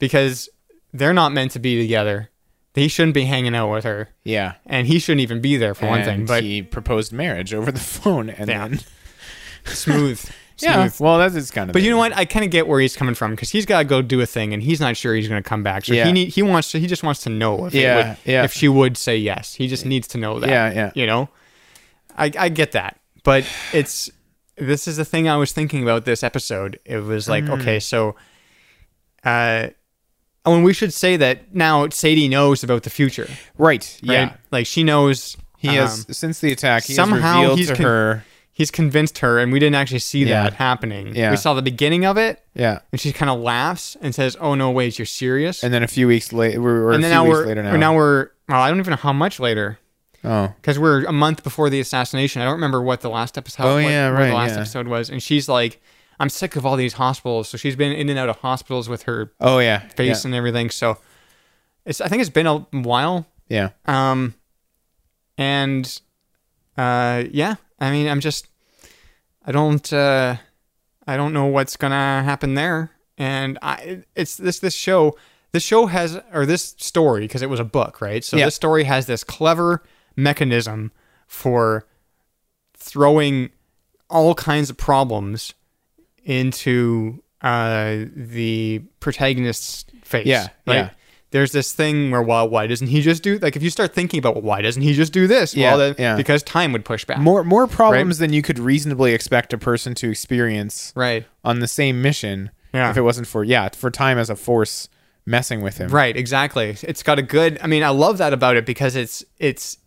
Speaker 1: Because they're not meant to be together. He shouldn't be hanging out with her,
Speaker 4: Yeah.
Speaker 1: and he shouldn't even be there for one thing.
Speaker 4: And
Speaker 1: But
Speaker 4: he proposed marriage over the phone and
Speaker 1: Yeah.
Speaker 4: then
Speaker 1: smooth, smooth.
Speaker 4: Yeah. Well, that is kind of
Speaker 1: But you know what? I kind of get where he's coming from because he's got to go do a thing, and he's not sure he's going to come back. So
Speaker 4: Yeah.
Speaker 1: he need, he wants to, he just wants to know if it
Speaker 4: Yeah,
Speaker 1: would-
Speaker 4: yeah.
Speaker 1: if she would say yes. He just needs to know that.
Speaker 4: Yeah, yeah.
Speaker 1: You know, I I get that, but it's this is the thing I was thinking about this episode. It was like
Speaker 4: Mm.
Speaker 1: okay, so. Uh, oh, and we should say that now Sadie knows about the future.
Speaker 4: Right.
Speaker 1: right?
Speaker 4: Yeah.
Speaker 1: Like she knows
Speaker 4: He has
Speaker 1: um,
Speaker 4: since the attack he
Speaker 1: somehow
Speaker 4: has revealed
Speaker 1: he's
Speaker 4: to
Speaker 1: con-
Speaker 4: her.
Speaker 1: he's convinced her, and we didn't actually see
Speaker 4: Yeah.
Speaker 1: that happening.
Speaker 4: Yeah.
Speaker 1: We saw the beginning of it,
Speaker 4: Yeah.
Speaker 1: and she kind of laughs and says, "Oh no, wait, you're serious."
Speaker 4: And then a few weeks later, we're, we're
Speaker 1: And
Speaker 4: a
Speaker 1: then
Speaker 4: few
Speaker 1: now
Speaker 4: weeks
Speaker 1: we're
Speaker 4: later now.
Speaker 1: now. now we're well, I don't even know how much later
Speaker 4: oh,
Speaker 1: because we're a month before the assassination. I don't remember what the last episode.
Speaker 4: Oh,
Speaker 1: what-
Speaker 4: yeah,
Speaker 1: what
Speaker 4: right,
Speaker 1: The last
Speaker 4: yeah.
Speaker 1: episode was, and she's like, "I'm sick of all these hospitals." So she's been in and out of hospitals with her
Speaker 4: oh yeah,
Speaker 1: face
Speaker 4: yeah.
Speaker 1: and everything. So it's I think it's been a while
Speaker 4: yeah.
Speaker 1: um, and uh, yeah, I mean, I'm just, I don't, uh, I don't know what's gonna happen there. And I, it's this this show, this show has or this story because it was a book, right? So
Speaker 4: Yeah.
Speaker 1: this story has this clever mechanism for throwing all kinds of problems into uh, the protagonist's face.
Speaker 4: Yeah,
Speaker 1: right?
Speaker 4: yeah.
Speaker 1: There's this thing where, well, why doesn't he just do like if you start thinking about well, why doesn't he just do this?
Speaker 4: Yeah,
Speaker 1: well, then,
Speaker 4: yeah.
Speaker 1: because time would push back.
Speaker 4: More more problems than you could reasonably expect a person to experience
Speaker 1: right,
Speaker 4: on the same mission
Speaker 1: Yeah.
Speaker 4: if it wasn't for yeah for time as a force messing with him.
Speaker 1: right, exactly. It's got a good. I mean, I love that about it because it's it's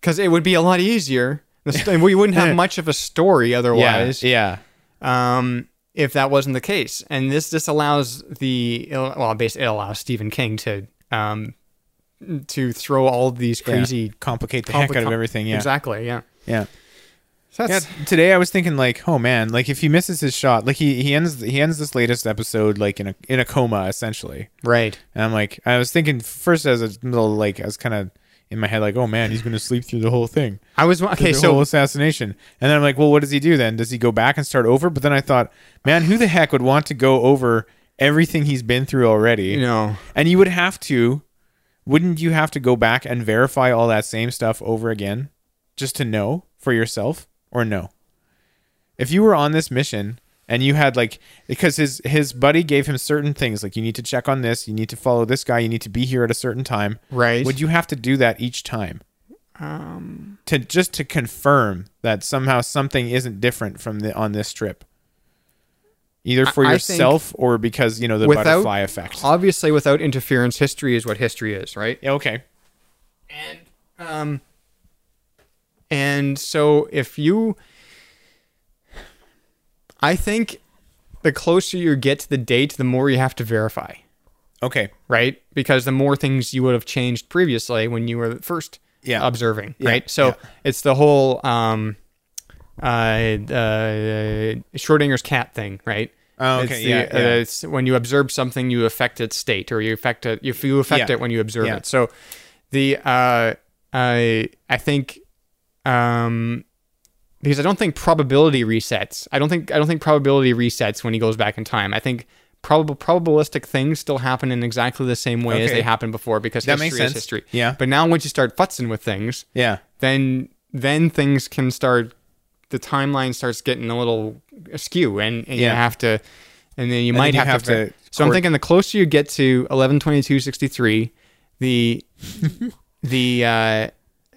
Speaker 1: because it would be a lot easier The st- we wouldn't have much of a story otherwise.
Speaker 4: Yeah.
Speaker 1: Um, if that wasn't the case, and this this allows the well, basically it allows Stephen King to um to throw all these
Speaker 4: Yeah.
Speaker 1: crazy
Speaker 4: Complicate the heck
Speaker 1: compli-
Speaker 4: out of everything, yeah.
Speaker 1: exactly. Yeah.
Speaker 4: Yeah.
Speaker 1: So that's
Speaker 4: yeah, today I was thinking like, oh man, like if he misses his shot, like he, he ends he ends this latest episode like in a in a coma essentially.
Speaker 1: right.
Speaker 4: And I'm like, I was thinking first as a little like I was kind of in my head like, oh man, he's gonna sleep through the whole thing,
Speaker 1: I was
Speaker 4: through
Speaker 1: okay.
Speaker 4: the
Speaker 1: So
Speaker 4: whole assassination. And then I'm like, well, what does he do then? Does he go back and start over? But then I thought, man, who the heck would want to go over everything he's been through already?
Speaker 1: you know,
Speaker 4: and you would have to, wouldn't you have to go back and verify all that same stuff over again, just to know for yourself or no? if you were on this mission and you had like because his his buddy gave him certain things like you need to check on this you need to follow this guy you need to be here at a certain time
Speaker 1: Right.
Speaker 4: would you have to do that each time um to just to confirm that somehow something isn't different from the on this trip either for
Speaker 1: I- I think
Speaker 4: yourself or because you know the
Speaker 1: without
Speaker 4: butterfly effect
Speaker 1: obviously without interference, history is what history is, right?
Speaker 4: yeah okay
Speaker 1: Um, and so if you, I think the closer you get to the date, the more you have to verify,
Speaker 4: okay
Speaker 1: right? Because the more things you would have changed previously when you were first
Speaker 4: Yeah.
Speaker 1: observing,
Speaker 4: Yeah,
Speaker 1: right? So
Speaker 4: yeah.
Speaker 1: it's the whole um, uh, uh, Schrodinger's cat thing, right?
Speaker 4: Oh,
Speaker 1: It's
Speaker 4: okay,
Speaker 1: the-
Speaker 4: yeah,
Speaker 1: uh,
Speaker 4: yeah.
Speaker 1: It's when you observe something, you affect its state, or you affect it. If you affect
Speaker 4: Yeah.
Speaker 1: it when you observe
Speaker 4: Yeah.
Speaker 1: it, so the uh, I I think um, because I don't think probability resets. I don't think I don't think probability resets when he goes back in time. I think probable probabilistic things still happen in exactly the same way as
Speaker 4: Okay.
Speaker 1: they happened before because
Speaker 4: That
Speaker 1: history
Speaker 4: makes
Speaker 1: is
Speaker 4: sense.
Speaker 1: history.
Speaker 4: Yeah.
Speaker 1: But now once you start futzing with things,
Speaker 4: yeah
Speaker 1: then then things can start the timeline starts getting a little askew and, and you
Speaker 4: Yeah.
Speaker 1: have to and then you might
Speaker 4: then you
Speaker 1: have,
Speaker 4: have
Speaker 1: to, ver-
Speaker 4: to
Speaker 1: so i'm
Speaker 4: court-
Speaker 1: thinking the closer you get to 112263 the the uh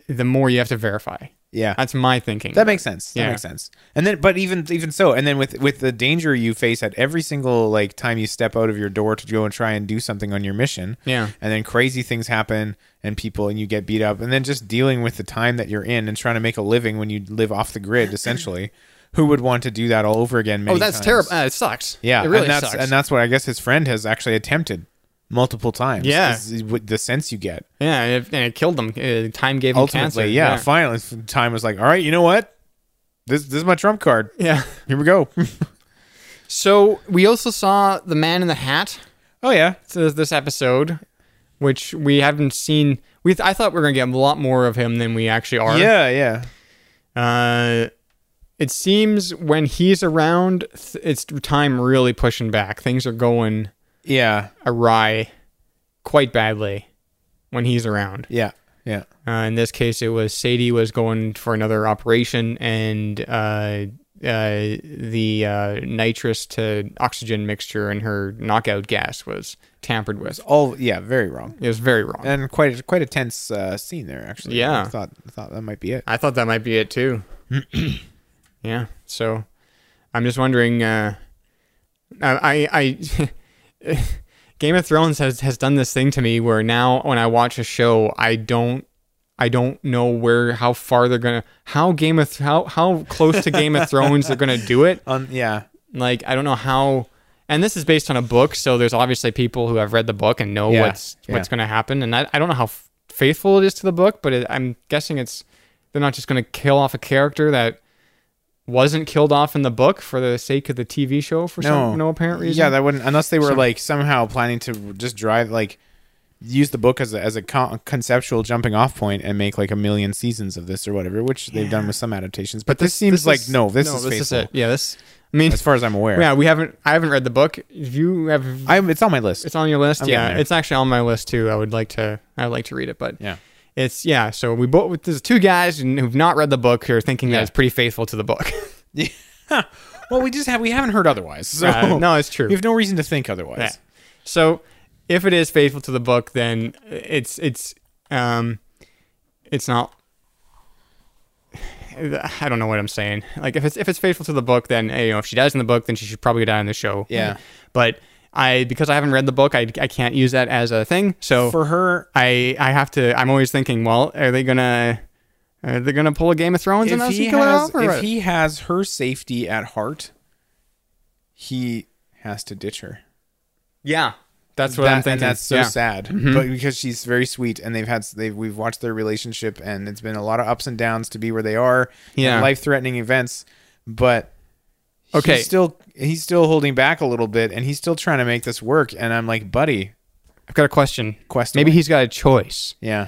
Speaker 1: the more you have to verify
Speaker 4: yeah
Speaker 1: that's my thinking
Speaker 4: That makes sense. That
Speaker 1: Yeah.
Speaker 4: makes sense. And then, but even even so, and then with with the danger you face at every single like time you step out of your door to go and try and do something on your mission.
Speaker 1: Yeah.
Speaker 4: And then crazy things happen, and people and you get beat up, and then just dealing with the time that you're in and trying to make a living when you live off the grid, essentially. Who would want to do that all over again? Many
Speaker 1: oh that's
Speaker 4: times?
Speaker 1: terrible uh, it sucks
Speaker 4: Yeah,
Speaker 1: it really
Speaker 4: and that's
Speaker 1: sucks
Speaker 4: and that's what I guess his friend has actually attempted multiple times.
Speaker 1: Yeah.
Speaker 4: is what the sense you get
Speaker 1: yeah and it, and it killed them uh, time gave them
Speaker 4: ultimately.
Speaker 1: cancer
Speaker 4: yeah, finally, time was like, all right, you know what? This this is my trump card.
Speaker 1: yeah
Speaker 4: Here we go.
Speaker 1: so we also saw the man in the hat
Speaker 4: oh yeah,
Speaker 1: to this episode, which we haven't seen. We I thought we were gonna get a lot more of him than we actually are.
Speaker 4: Yeah, yeah.
Speaker 1: Uh, it seems when he's around, th- it's time really pushing back. Things are going
Speaker 4: Yeah.
Speaker 1: awry quite badly when he's around.
Speaker 4: Yeah. Yeah.
Speaker 1: Uh, in this case, it was Sadie was going for another operation, and uh, uh, the uh, nitrous to oxygen mixture in her knockout gas was tampered with.
Speaker 4: All yeah, very wrong.
Speaker 1: It was very wrong.
Speaker 4: And quite a, quite a tense uh, scene there actually.
Speaker 1: Yeah.
Speaker 4: I thought I thought that might be it.
Speaker 1: I thought that might be it too. yeah. So I'm just wondering. Uh, I I, I Game of Thrones has has done this thing to me where now when I watch a show, I don't. I don't know where how far they're gonna how Game of how how close to Game of Thrones they're gonna do it.
Speaker 4: Um yeah.
Speaker 1: Like I don't know how and this is based on a book, so there's obviously people who have read the book and know
Speaker 4: Yeah,
Speaker 1: what's what's
Speaker 4: yeah.
Speaker 1: going to happen. And I, I don't know how f- faithful it is to the book, but it, I'm guessing it's they're not just going to kill off a character that wasn't killed off in the book for the sake of the TV show for some no apparent reason.
Speaker 4: Yeah, that wouldn't unless they were like somehow planning to just drive like use the book as a, as a con- conceptual jumping off point and make like a million seasons of this or whatever, which they've done with some adaptations. But, this, seems like
Speaker 1: is-
Speaker 4: no, this is faithful.
Speaker 1: it. Yeah, this. I mean,
Speaker 4: As far as I'm aware.
Speaker 1: yeah, we haven't. I haven't read the book. If you have,
Speaker 4: I'm, it's on my list.
Speaker 1: it's on your list.
Speaker 4: I'm getting
Speaker 1: yeah,
Speaker 4: there.
Speaker 1: it's actually on my list too. I would like to. I would like to read it, but
Speaker 4: yeah.
Speaker 1: It's yeah. So we both there's two guys and- who've not read the book who are thinking that
Speaker 4: Yeah.
Speaker 1: it's pretty faithful to the book.
Speaker 4: Well, we just have we haven't heard otherwise. So
Speaker 1: Uh, no, it's true.
Speaker 4: You have no reason to think otherwise.
Speaker 1: Yeah. So if it is faithful to the book, then it's it's um it's not. I don't know what I'm saying. Like if it's if it's faithful to the book, then eh, you know if she dies in the book, then she should probably die in the show.
Speaker 4: Yeah.
Speaker 1: But I because I haven't read the book, I, I can't use that as a thing. So
Speaker 4: For her,
Speaker 1: I I have to. I'm always thinking, well, are they gonna Are they gonna pull a Game of Thrones and
Speaker 4: If
Speaker 1: us
Speaker 4: he,
Speaker 1: and kill it
Speaker 4: has,
Speaker 1: off? or
Speaker 4: if
Speaker 1: what?
Speaker 4: he has her safety at heart, he has to ditch her.
Speaker 1: yeah, that's what
Speaker 4: That-
Speaker 1: I'm thinking.
Speaker 4: And that's so
Speaker 1: Yeah.
Speaker 4: sad,
Speaker 1: Mhm.
Speaker 4: but because she's very sweet, and they've had they have we've watched their relationship, and it's been a lot of ups and downs to be where they are.
Speaker 1: Yeah.
Speaker 4: life threatening events, but
Speaker 1: Okay.
Speaker 4: he's still he's still holding back a little bit, and he's still trying to make this work. And I'm like, buddy,
Speaker 1: I've got a question.
Speaker 4: Quest
Speaker 1: Maybe
Speaker 4: away.
Speaker 1: he's got a choice.
Speaker 4: yeah,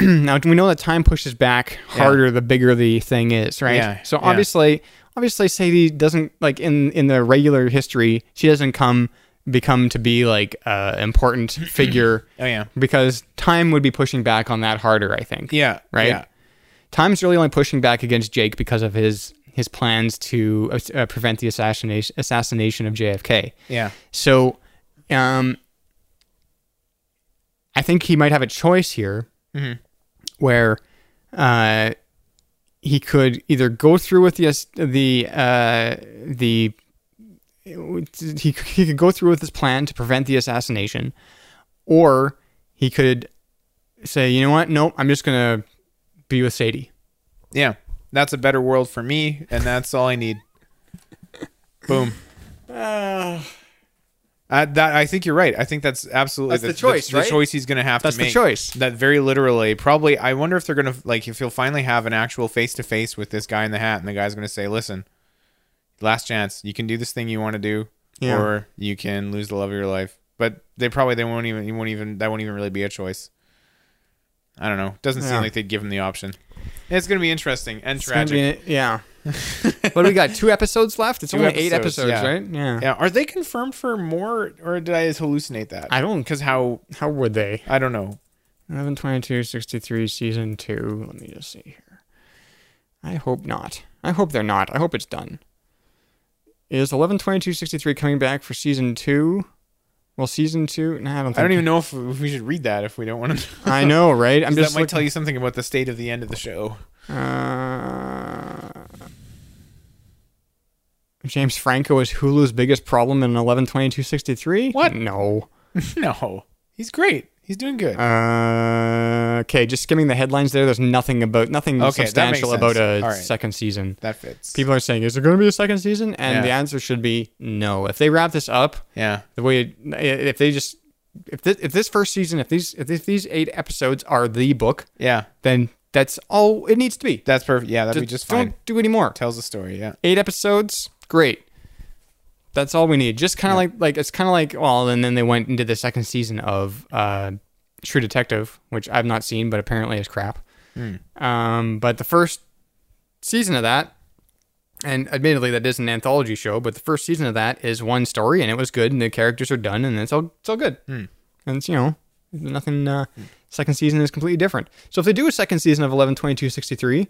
Speaker 1: now we know that time pushes back harder the bigger the thing is, right?
Speaker 4: Yeah,
Speaker 1: So
Speaker 4: yeah.
Speaker 1: obviously, obviously, Sadie doesn't like in in the regular history, she doesn't come become to be like uh, important figure.
Speaker 4: Oh, yeah.
Speaker 1: because time would be pushing back on that harder. I think.
Speaker 4: yeah,
Speaker 1: Right.
Speaker 4: yeah.
Speaker 1: Time's really only pushing back against Jake because of his his plans to uh, prevent the assassination assassination of JFK.
Speaker 4: Yeah.
Speaker 1: So, um, I think he might have a choice here, Mm-hmm. where uh, he could either go through with the ass- the uh, the he, he could go through with his plan to prevent the assassination, or he could say, you know what, nope, I'm just gonna be with Sadie.
Speaker 4: yeah. That's a better world for me, and that's all I need. Boom. Uh, that I think you're right. I think that's absolutely
Speaker 1: That's the choice,
Speaker 4: The,
Speaker 1: right?
Speaker 4: choice he's going to have
Speaker 1: That's
Speaker 4: to
Speaker 1: the
Speaker 4: make.
Speaker 1: choice.
Speaker 4: That very literally, probably. I wonder if they're going to like if he'll finally have an actual face to face with this guy in the hat, and the guy's going to say, "Listen, last chance. You can do this thing you want to do,
Speaker 1: Yeah.
Speaker 4: or you can lose the love of your life." But they probably they won't even you won't even that won't even really be a choice. I don't know. Doesn't
Speaker 1: Yeah.
Speaker 4: seem like they'd give him the option. It's going to be interesting and
Speaker 1: It's gonna
Speaker 4: tragic.
Speaker 1: be- yeah. what do we got? Two episodes left. It's
Speaker 4: Two
Speaker 1: only eight
Speaker 4: episodes,
Speaker 1: episodes,
Speaker 4: yeah.
Speaker 1: right? Yeah.
Speaker 4: yeah, are they confirmed for more, or did I hallucinate that?
Speaker 1: I don't.
Speaker 4: Because how
Speaker 1: How would they?
Speaker 4: I don't know.
Speaker 1: 11, 22, 63, season two. Let me just see here. I hope not. I hope they're not. I hope it's done. Is 11, 22, 63 coming back for season two? Well, season two. No, I don't. Think
Speaker 4: I don't even know if if we should read that if we don't want to.
Speaker 1: I know, right? I'm
Speaker 4: that
Speaker 1: just
Speaker 4: might tell you something about the state of the end of the show.
Speaker 1: you. Uh, James Franco is Hulu's biggest problem in 11, 22, 63.
Speaker 4: What?
Speaker 1: No.
Speaker 4: no, he's great. He's doing good.
Speaker 1: Uh, okay, just skimming the headlines there. There's nothing about nothing
Speaker 4: Okay, that
Speaker 1: substantial
Speaker 4: makes
Speaker 1: about a
Speaker 4: sense. All right.
Speaker 1: second season.
Speaker 4: that fits.
Speaker 1: People are saying, "Is there going to be a second season?" And
Speaker 4: Yeah.
Speaker 1: the answer should be no. If they wrap this up
Speaker 4: yeah,
Speaker 1: the way, it, if they just if this, if this first season, if these if these- these eight episodes are the book,
Speaker 4: yeah,
Speaker 1: then that's all it needs to be.
Speaker 4: that's perfect. Yeah, that'd be just fine.
Speaker 1: Don't do any more.
Speaker 4: Tells the story. Yeah,
Speaker 1: Eight episodes, great. That's all we need. Just kind of like like it's kind of like well, and then they went into the second season of uh, True Detective, which I've not seen, but apparently is crap. Um, but the first season of that, and admittedly that is an anthology show, but the first season of that is one story, and it was good, and the characters are done, and it's all it's all good, and it's you know nothing. Uh, second season is completely different. So if they do a second season of eleven twenty two sixty three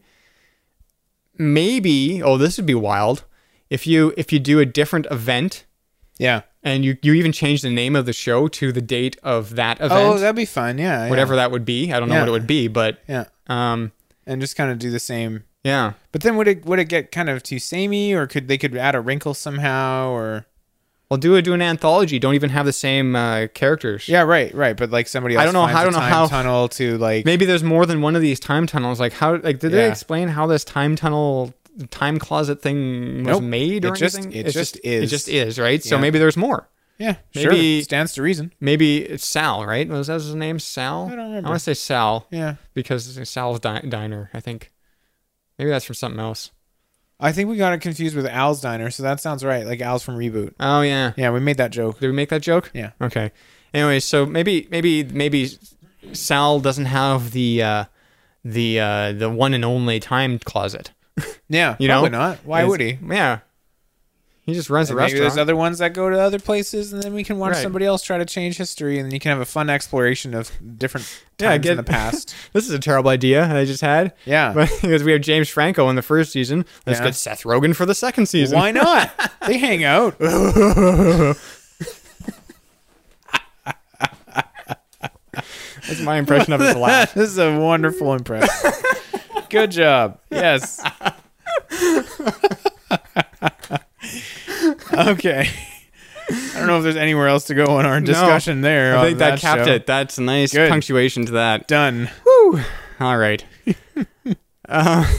Speaker 1: maybe oh this would be wild if you if you do a different event
Speaker 4: yeah.
Speaker 1: and you you even change the name of the show to the date of that event
Speaker 4: Oh, that'd be fun. Yeah, yeah.
Speaker 1: whatever that would be i don't know
Speaker 4: Yeah.
Speaker 1: what it would be but
Speaker 4: Yeah,
Speaker 1: um
Speaker 4: and just kind of do the same.
Speaker 1: yeah
Speaker 4: But then would it would it get kind of too samey, or could they could add a wrinkle somehow, or
Speaker 1: well do a do an anthology don't even have the same uh, characters
Speaker 4: yeah, right, right. But like somebody else
Speaker 1: I don't know
Speaker 4: finds
Speaker 1: how- I
Speaker 4: a
Speaker 1: don't know
Speaker 4: time
Speaker 1: how-
Speaker 4: tunnel to like
Speaker 1: maybe there's more than one of these time tunnels like how like did they
Speaker 4: Yeah.
Speaker 1: explain how this time tunnel time closet thing was
Speaker 4: Nope.
Speaker 1: made or
Speaker 4: It just-
Speaker 1: anything
Speaker 4: it
Speaker 1: It's
Speaker 4: just
Speaker 1: it
Speaker 4: is.
Speaker 1: just is right so
Speaker 4: Yeah.
Speaker 1: maybe there's more
Speaker 4: yeah,
Speaker 1: maybe-
Speaker 4: sure stands to reason.
Speaker 1: maybe it's sal right was that his name sal
Speaker 4: I don't
Speaker 1: i
Speaker 4: remember.
Speaker 1: want to say sal
Speaker 4: Yeah,
Speaker 1: because it's Sal's di- Diner, I think. Maybe that's from something else.
Speaker 4: I think we got it confused with Al's diner, so that sounds right. Like Al's from Reboot.
Speaker 1: Oh yeah.
Speaker 4: Yeah, we made that joke.
Speaker 1: Did we make that joke?
Speaker 4: Yeah.
Speaker 1: Okay. Anyway, so maybe maybe maybe Sal doesn't have the uh, the uh, the one and only time closet.
Speaker 4: Yeah,
Speaker 1: You
Speaker 4: probably
Speaker 1: know?
Speaker 4: not. Why
Speaker 1: It's-
Speaker 4: would he?
Speaker 1: Yeah. He just runs the
Speaker 4: Maybe
Speaker 1: restaurant.
Speaker 4: there's other ones that go to other places, and then we can watch
Speaker 1: Right.
Speaker 4: somebody else try to change history, and you can have a fun exploration of different times
Speaker 1: Yeah, get-
Speaker 4: in the past.
Speaker 1: this is a terrible idea I just had.
Speaker 4: Yeah.
Speaker 1: But, because we have James Franco in the first season. Let's
Speaker 4: Yeah.
Speaker 1: get Seth Rogen for the second season.
Speaker 4: Why not? they hang out.
Speaker 1: That's my impression of his laugh.
Speaker 4: this is a wonderful impression. Good job. Yes. okay. I don't know if there's anywhere else to go on our discussion there.
Speaker 1: I
Speaker 4: on
Speaker 1: think that capped
Speaker 4: show.
Speaker 1: it. That's a nice
Speaker 4: Good.
Speaker 1: punctuation to that.
Speaker 4: Done.
Speaker 1: All right. uh,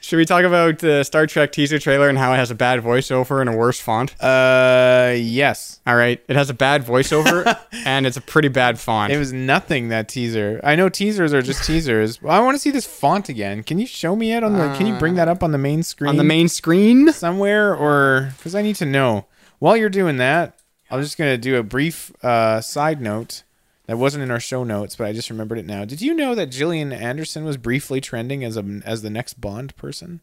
Speaker 1: should we talk about the Star Trek teaser trailer and how it has a bad voiceover and a worse font?
Speaker 4: Uh, yes.
Speaker 1: All right. It has a bad voiceover and it's a pretty bad font.
Speaker 4: It was nothing that teaser. I know teasers are just teasers. Well, I want to see this font again. Can you show me it on the? can you bring that up on the main screen?
Speaker 1: on the main screen.
Speaker 4: somewhere, or because I need to know. While you're doing that, I'm just gonna do a brief uh, side note that wasn't in our show notes, but I just remembered it now. Did you know that Gillian Anderson was briefly trending as a as the next Bond person?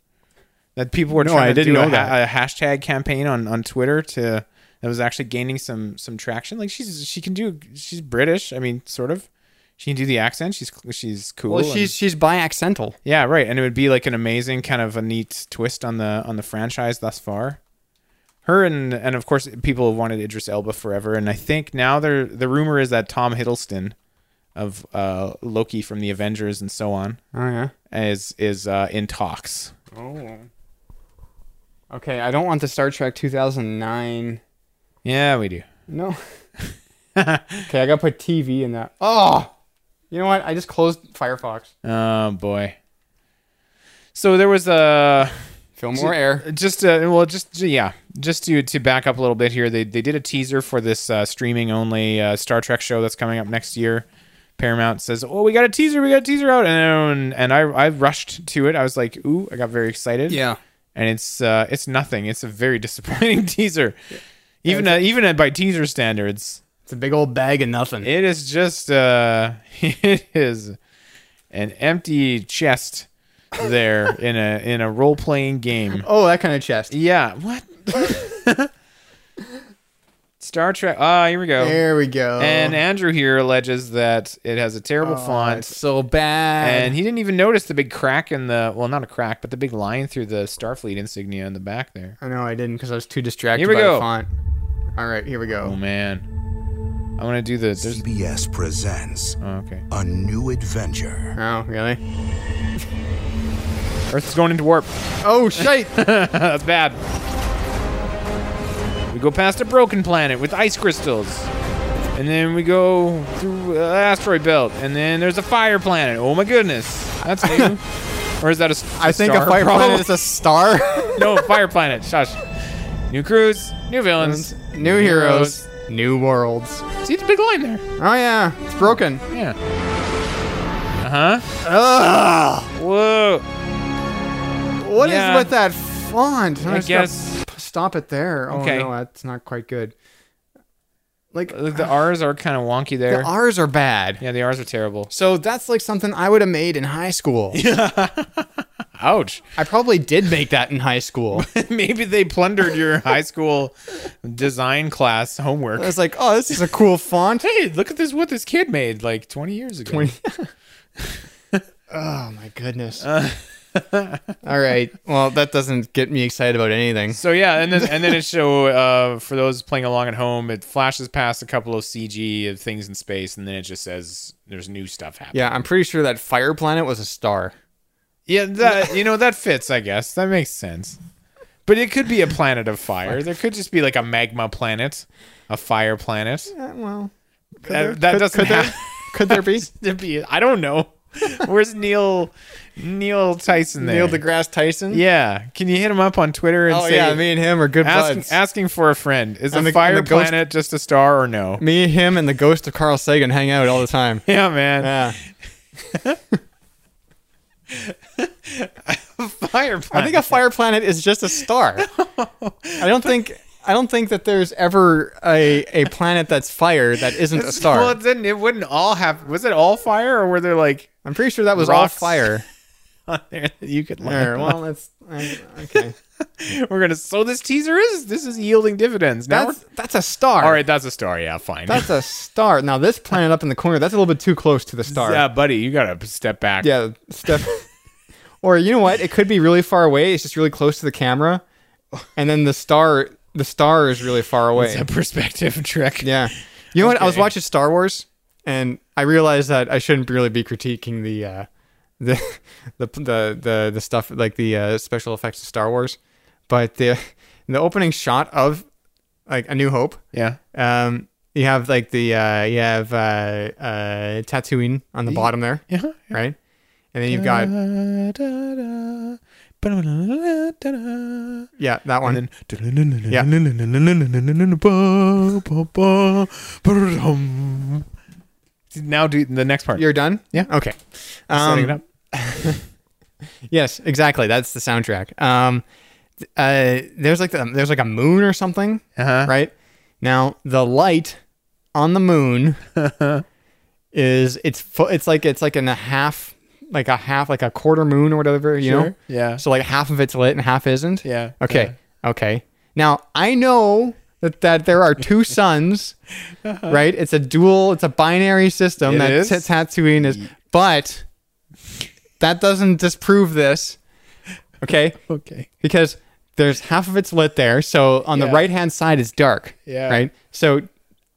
Speaker 4: That people were
Speaker 1: No,
Speaker 4: trying
Speaker 1: I
Speaker 4: to
Speaker 1: didn't
Speaker 4: do a,
Speaker 1: know that.
Speaker 4: ha- a hashtag campaign on, on Twitter to that was actually gaining some some traction. Like she's she can do she's British. I mean, sort of. She can do the accent. She's she's cool.
Speaker 1: Well,
Speaker 4: and-
Speaker 1: she's she's biaccental.
Speaker 4: yeah, right. And it would be like an amazing kind of a neat twist on the on the franchise thus far. Her and and of course people have wanted Idris Elba forever, and I think now they're the rumor is that Tom Hiddleston of uh, Loki from the Avengers and so on
Speaker 1: Oh yeah.
Speaker 4: is is uh, in talks.
Speaker 1: Okay, I don't want the Star Trek 2009.
Speaker 4: Yeah, we do.
Speaker 1: No. okay, I gotta put TV in that. Oh, you know what? I just closed Firefox.
Speaker 4: Oh boy. So there was a
Speaker 1: Fill more air.
Speaker 4: just uh, well just yeah just to to back up a little bit here they, they did a teaser for this uh, streaming only uh, star trek show that's coming up next year paramount says oh we got a teaser we got a teaser out and and i i rushed to it i was like ooh i got very excited
Speaker 1: Yeah.
Speaker 4: and it's uh it's nothing it's a very disappointing teaser even uh, even uh, by teaser standards
Speaker 1: It's a big old bag of nothing.
Speaker 4: it is just uh it is an empty chest there in a in a role playing game
Speaker 1: oh, that kind of chest.
Speaker 4: yeah. What? Star Trek. Ah, here we go.
Speaker 1: There we go. Oh,
Speaker 4: And Andrew here alleges that it has a terrible
Speaker 1: it's
Speaker 4: font,
Speaker 1: so bad.
Speaker 4: and he didn't even notice the big crack in the well, not a crack, but the big line through the Starfleet insignia in the back there.
Speaker 1: I know I didn't because I was too distracted
Speaker 4: Here we
Speaker 1: by
Speaker 4: go.
Speaker 1: the font. All right, here we
Speaker 4: Oh
Speaker 1: go.
Speaker 4: man, I want to do the. There's,
Speaker 12: CBS presents
Speaker 4: oh, okay.
Speaker 12: A New Adventure.
Speaker 1: Oh, really?
Speaker 4: Earth's going into warp.
Speaker 1: Oh, shite.
Speaker 4: That's bad. We go past a broken planet with ice crystals. And then we go through an asteroid belt. And then there's a fire planet. Oh my goodness. That's new. or is that a, s-
Speaker 1: I think
Speaker 4: star,
Speaker 1: a fire
Speaker 4: probably?
Speaker 1: planet is a star.
Speaker 4: no, fire planet. Shush. New crews, new villains.
Speaker 1: new heroes, new worlds.
Speaker 4: See the big line there.
Speaker 1: Oh yeah, it's broken.
Speaker 4: Yeah. Uh huh.
Speaker 1: Ugh.
Speaker 4: Whoa.
Speaker 1: What is
Speaker 4: Yeah.
Speaker 1: with that font?
Speaker 4: I
Speaker 1: just gotta
Speaker 4: guess-
Speaker 1: p- Stop it there. Oh
Speaker 4: Okay.
Speaker 1: no, that's not quite good. Like
Speaker 4: Look, The R's are kind of wonky there.
Speaker 1: the R's are bad.
Speaker 4: yeah, the R's are terrible.
Speaker 1: So that's like something I would have made in high school.
Speaker 4: Ouch.
Speaker 1: I probably did make that in high school.
Speaker 4: Maybe they plundered your high school design class homework.
Speaker 1: I was like, oh, this is a cool font.
Speaker 4: hey, look at this! What this kid made like 20 years ago.
Speaker 1: Oh my goodness. All right. Well, that doesn't get me excited about anything.
Speaker 4: So yeah, and then and then it show uh, for those playing along at home, it flashes past a couple of CG of things in space, and then it just says there's new stuff happening.
Speaker 1: Yeah, I'm pretty sure that fire planet was a star.
Speaker 4: Yeah, that you know that fits, I guess. That makes sense. But it could be a planet of fire. There could just be like a magma planet, a fire planet.
Speaker 1: well,
Speaker 4: Uh, that doesn't
Speaker 1: could there-
Speaker 4: have-
Speaker 1: could there be?
Speaker 4: to be. I don't know. Where's Neil Neil Tyson there?
Speaker 1: Neil deGrasse Tyson.
Speaker 4: Yeah, can you hit him up on Twitter and
Speaker 1: Oh
Speaker 4: say
Speaker 1: yeah, me and him are good
Speaker 4: asking
Speaker 1: buds.
Speaker 4: asking for a friend? Is
Speaker 1: And
Speaker 4: the,
Speaker 1: the-
Speaker 4: fire
Speaker 1: and the ghost-
Speaker 4: planet just a star or no?
Speaker 1: me, him, and the ghost of Carl Sagan hang out all the time.
Speaker 4: Yeah, man.
Speaker 1: Yeah.
Speaker 4: Fire
Speaker 1: I
Speaker 4: planet.
Speaker 1: think a fire planet is just a star. I don't think I don't think that there's ever a a planet that's fire that isn't a star.
Speaker 4: Well, then it wouldn't all have. Was it all fire or were there like
Speaker 1: I'm pretty sure that was
Speaker 4: Rocks.
Speaker 1: all fire.
Speaker 4: on there that you could learn?
Speaker 1: There, well, that's I, okay.
Speaker 4: We're gonna. So this teaser is this is yielding dividends. Now
Speaker 1: That's
Speaker 4: we're-
Speaker 1: that's a star.
Speaker 4: all right. That's a star. Yeah, fine.
Speaker 1: that's a star. Now this planet up in the corner, that's a little bit too close to the star.
Speaker 4: yeah, buddy. You gotta step back.
Speaker 1: Yeah, Steph. or you know what? It could be really far away. It's just really close to the camera, and then the star, the star is really far away.
Speaker 4: It's a perspective trick.
Speaker 1: yeah. You know what? I was
Speaker 4: Okay.
Speaker 1: watching Star Wars, and I realized that I shouldn't really be critiquing the, uh, the, the, the, the, the stuff like the uh, special effects of Star Wars, but the the opening shot of like A New Hope.
Speaker 4: Yeah.
Speaker 1: Um, you have like the uh, you have uh, uh, Tatooine on the bottom there,
Speaker 4: Yeah. Uh-huh.
Speaker 1: right? And then you've got yeah that one. yeah.
Speaker 4: Now do the next part.
Speaker 1: You're done.
Speaker 4: Yeah.
Speaker 1: Okay.
Speaker 4: setting it
Speaker 1: Um, yes, exactly. That's the soundtrack. Um, th- uh, there's like the, there's like a moon or something,
Speaker 4: Uh-huh.
Speaker 1: right? Now the light on the moon is it's fu- it's like it's like in a half like a half like a quarter moon or whatever you know
Speaker 4: Sure, yeah.
Speaker 1: so like half of it's lit and half isn't
Speaker 4: Yeah,
Speaker 1: okay okay now I know that that there are two suns right it's a dual it's a binary system
Speaker 4: It
Speaker 1: that
Speaker 4: is?
Speaker 1: Tat- Tatooine is but that doesn't disprove this okay
Speaker 4: Okay.
Speaker 1: because there's half of it's lit there. So on
Speaker 4: Yeah.
Speaker 1: the right hand side is dark.
Speaker 4: Yeah.
Speaker 1: Right. So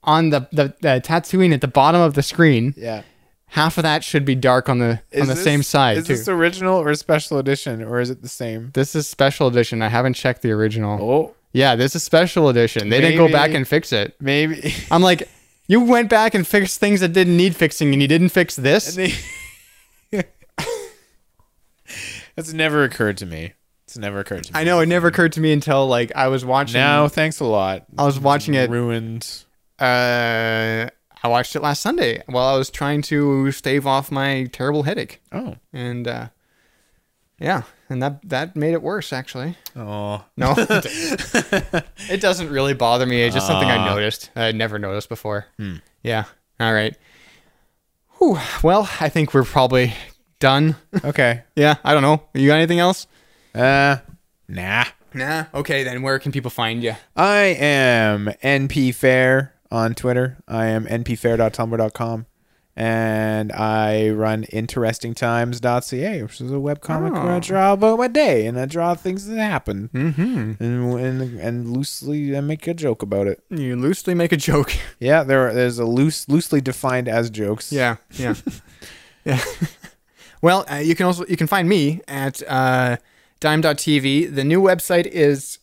Speaker 1: on the, the the Tatooine at the bottom of the screen,
Speaker 4: Yeah.
Speaker 1: half of that should be dark on the on
Speaker 4: Is
Speaker 1: the
Speaker 4: this-
Speaker 1: same side
Speaker 4: Is
Speaker 1: too.
Speaker 4: this original or special edition or is it the same?
Speaker 1: this is special edition. I haven't checked the original.
Speaker 4: Oh,
Speaker 1: Yeah, this is special edition. They didn't go back
Speaker 4: Maybe-
Speaker 1: and fix it.
Speaker 4: maybe.
Speaker 1: I'm like, you went back and fixed things that didn't need fixing, and you didn't fix this.
Speaker 4: That's never occurred to me. It's never occurred to me.
Speaker 1: I know it never occurred to me until like I was watching.
Speaker 4: Now, thanks a lot.
Speaker 1: I was watching it
Speaker 4: Ruined.
Speaker 1: Uh, I watched it last Sunday while I was trying to stave off my terrible headache,
Speaker 4: Oh.
Speaker 1: and uh, yeah, and that that made it worse actually.
Speaker 4: Oh.
Speaker 1: No, it didn't. it doesn't really bother me. It's just something I noticed. I had never noticed before. Yeah. All right. Whew. Well, I think we're probably done.
Speaker 4: Okay.
Speaker 1: yeah. I don't know. You got anything else?
Speaker 4: Uh, nah.
Speaker 1: Nah. Okay, then where can people find you?
Speaker 4: I am NP Fair on Twitter. I am npfair.tumblr.com. And I run interestingtimes.ca, which is a webcomic where
Speaker 1: Oh.
Speaker 4: I draw about my day and I draw things that happen. Mm-hmm. And, and, and loosely I make a joke about it.
Speaker 1: You loosely make a joke.
Speaker 4: Yeah, there there's a loose loosely defined as jokes.
Speaker 1: Yeah, yeah, yeah. Well, uh, you can also you can find me at uh, dime.tv. The new website is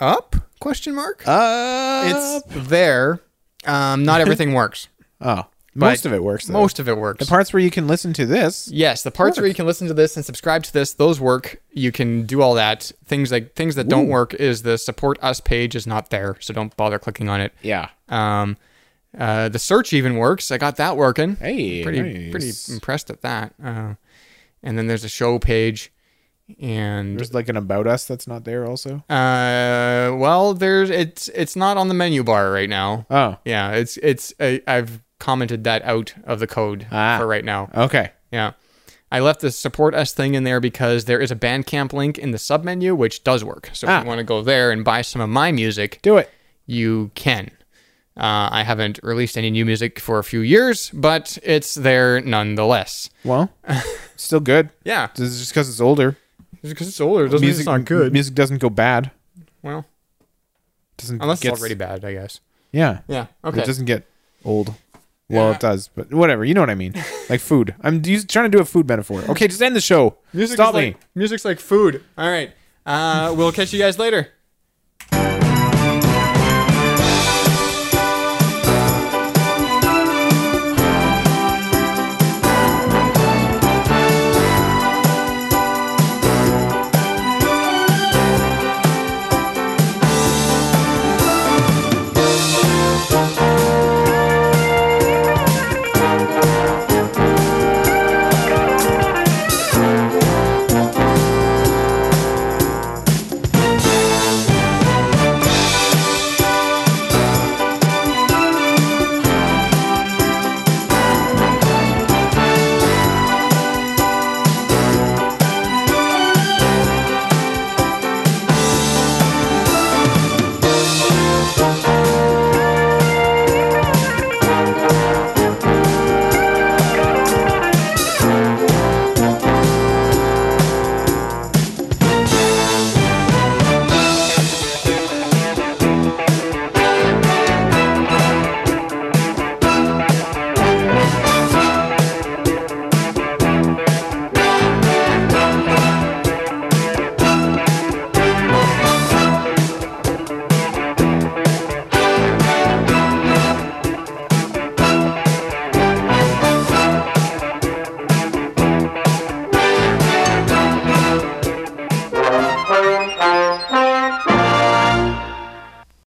Speaker 1: up? Question mark.
Speaker 4: Uh,
Speaker 1: It's there. Um, not everything works.
Speaker 4: oh,
Speaker 1: but
Speaker 4: most of it works. Though.
Speaker 1: Most of it works.
Speaker 4: the parts where you can listen to this.
Speaker 1: yes, the parts where you can listen to this and subscribe to this, those work. You can do all that. Things like things that don't work is the support us page is not there, so don't bother clicking on it.
Speaker 4: Yeah.
Speaker 1: Um, uh, the search even works. I got that working.
Speaker 4: Hey,
Speaker 1: pretty
Speaker 4: nice.
Speaker 1: pretty impressed at that. Uh, and then there's a show page, and
Speaker 4: There's like an about us that's not there also.
Speaker 1: uh, well, there's it's it's not on the menu bar right now.
Speaker 4: Oh,
Speaker 1: Yeah, it's it's I, I've commented that out of the code
Speaker 4: Ah.
Speaker 1: for right now.
Speaker 4: okay.
Speaker 1: Yeah. I left the support us thing in there because there is a Bandcamp link in the submenu, which does work. So
Speaker 4: Ah.
Speaker 1: if you want to go there and buy some of my music,
Speaker 4: Do it.
Speaker 1: you can. Uh, I haven't released any new music for a few years, but it's there nonetheless.
Speaker 4: Well, still good.
Speaker 1: Yeah,
Speaker 4: This is just because it's older.
Speaker 1: because it's older doesn't
Speaker 4: music Music doesn't go bad.
Speaker 1: well,
Speaker 4: Doesn't
Speaker 1: unless
Speaker 4: gets-
Speaker 1: it's already bad, I guess.
Speaker 4: Yeah.
Speaker 1: Yeah. Okay.
Speaker 4: It doesn't get old. Well, it does, but whatever. You know what I mean. Like food. I'm used, trying to do a food metaphor. Okay, just end the show.
Speaker 1: music
Speaker 4: Stop
Speaker 1: is
Speaker 4: me.
Speaker 1: Like, music's like food. All right. Uh, we'll catch you guys later.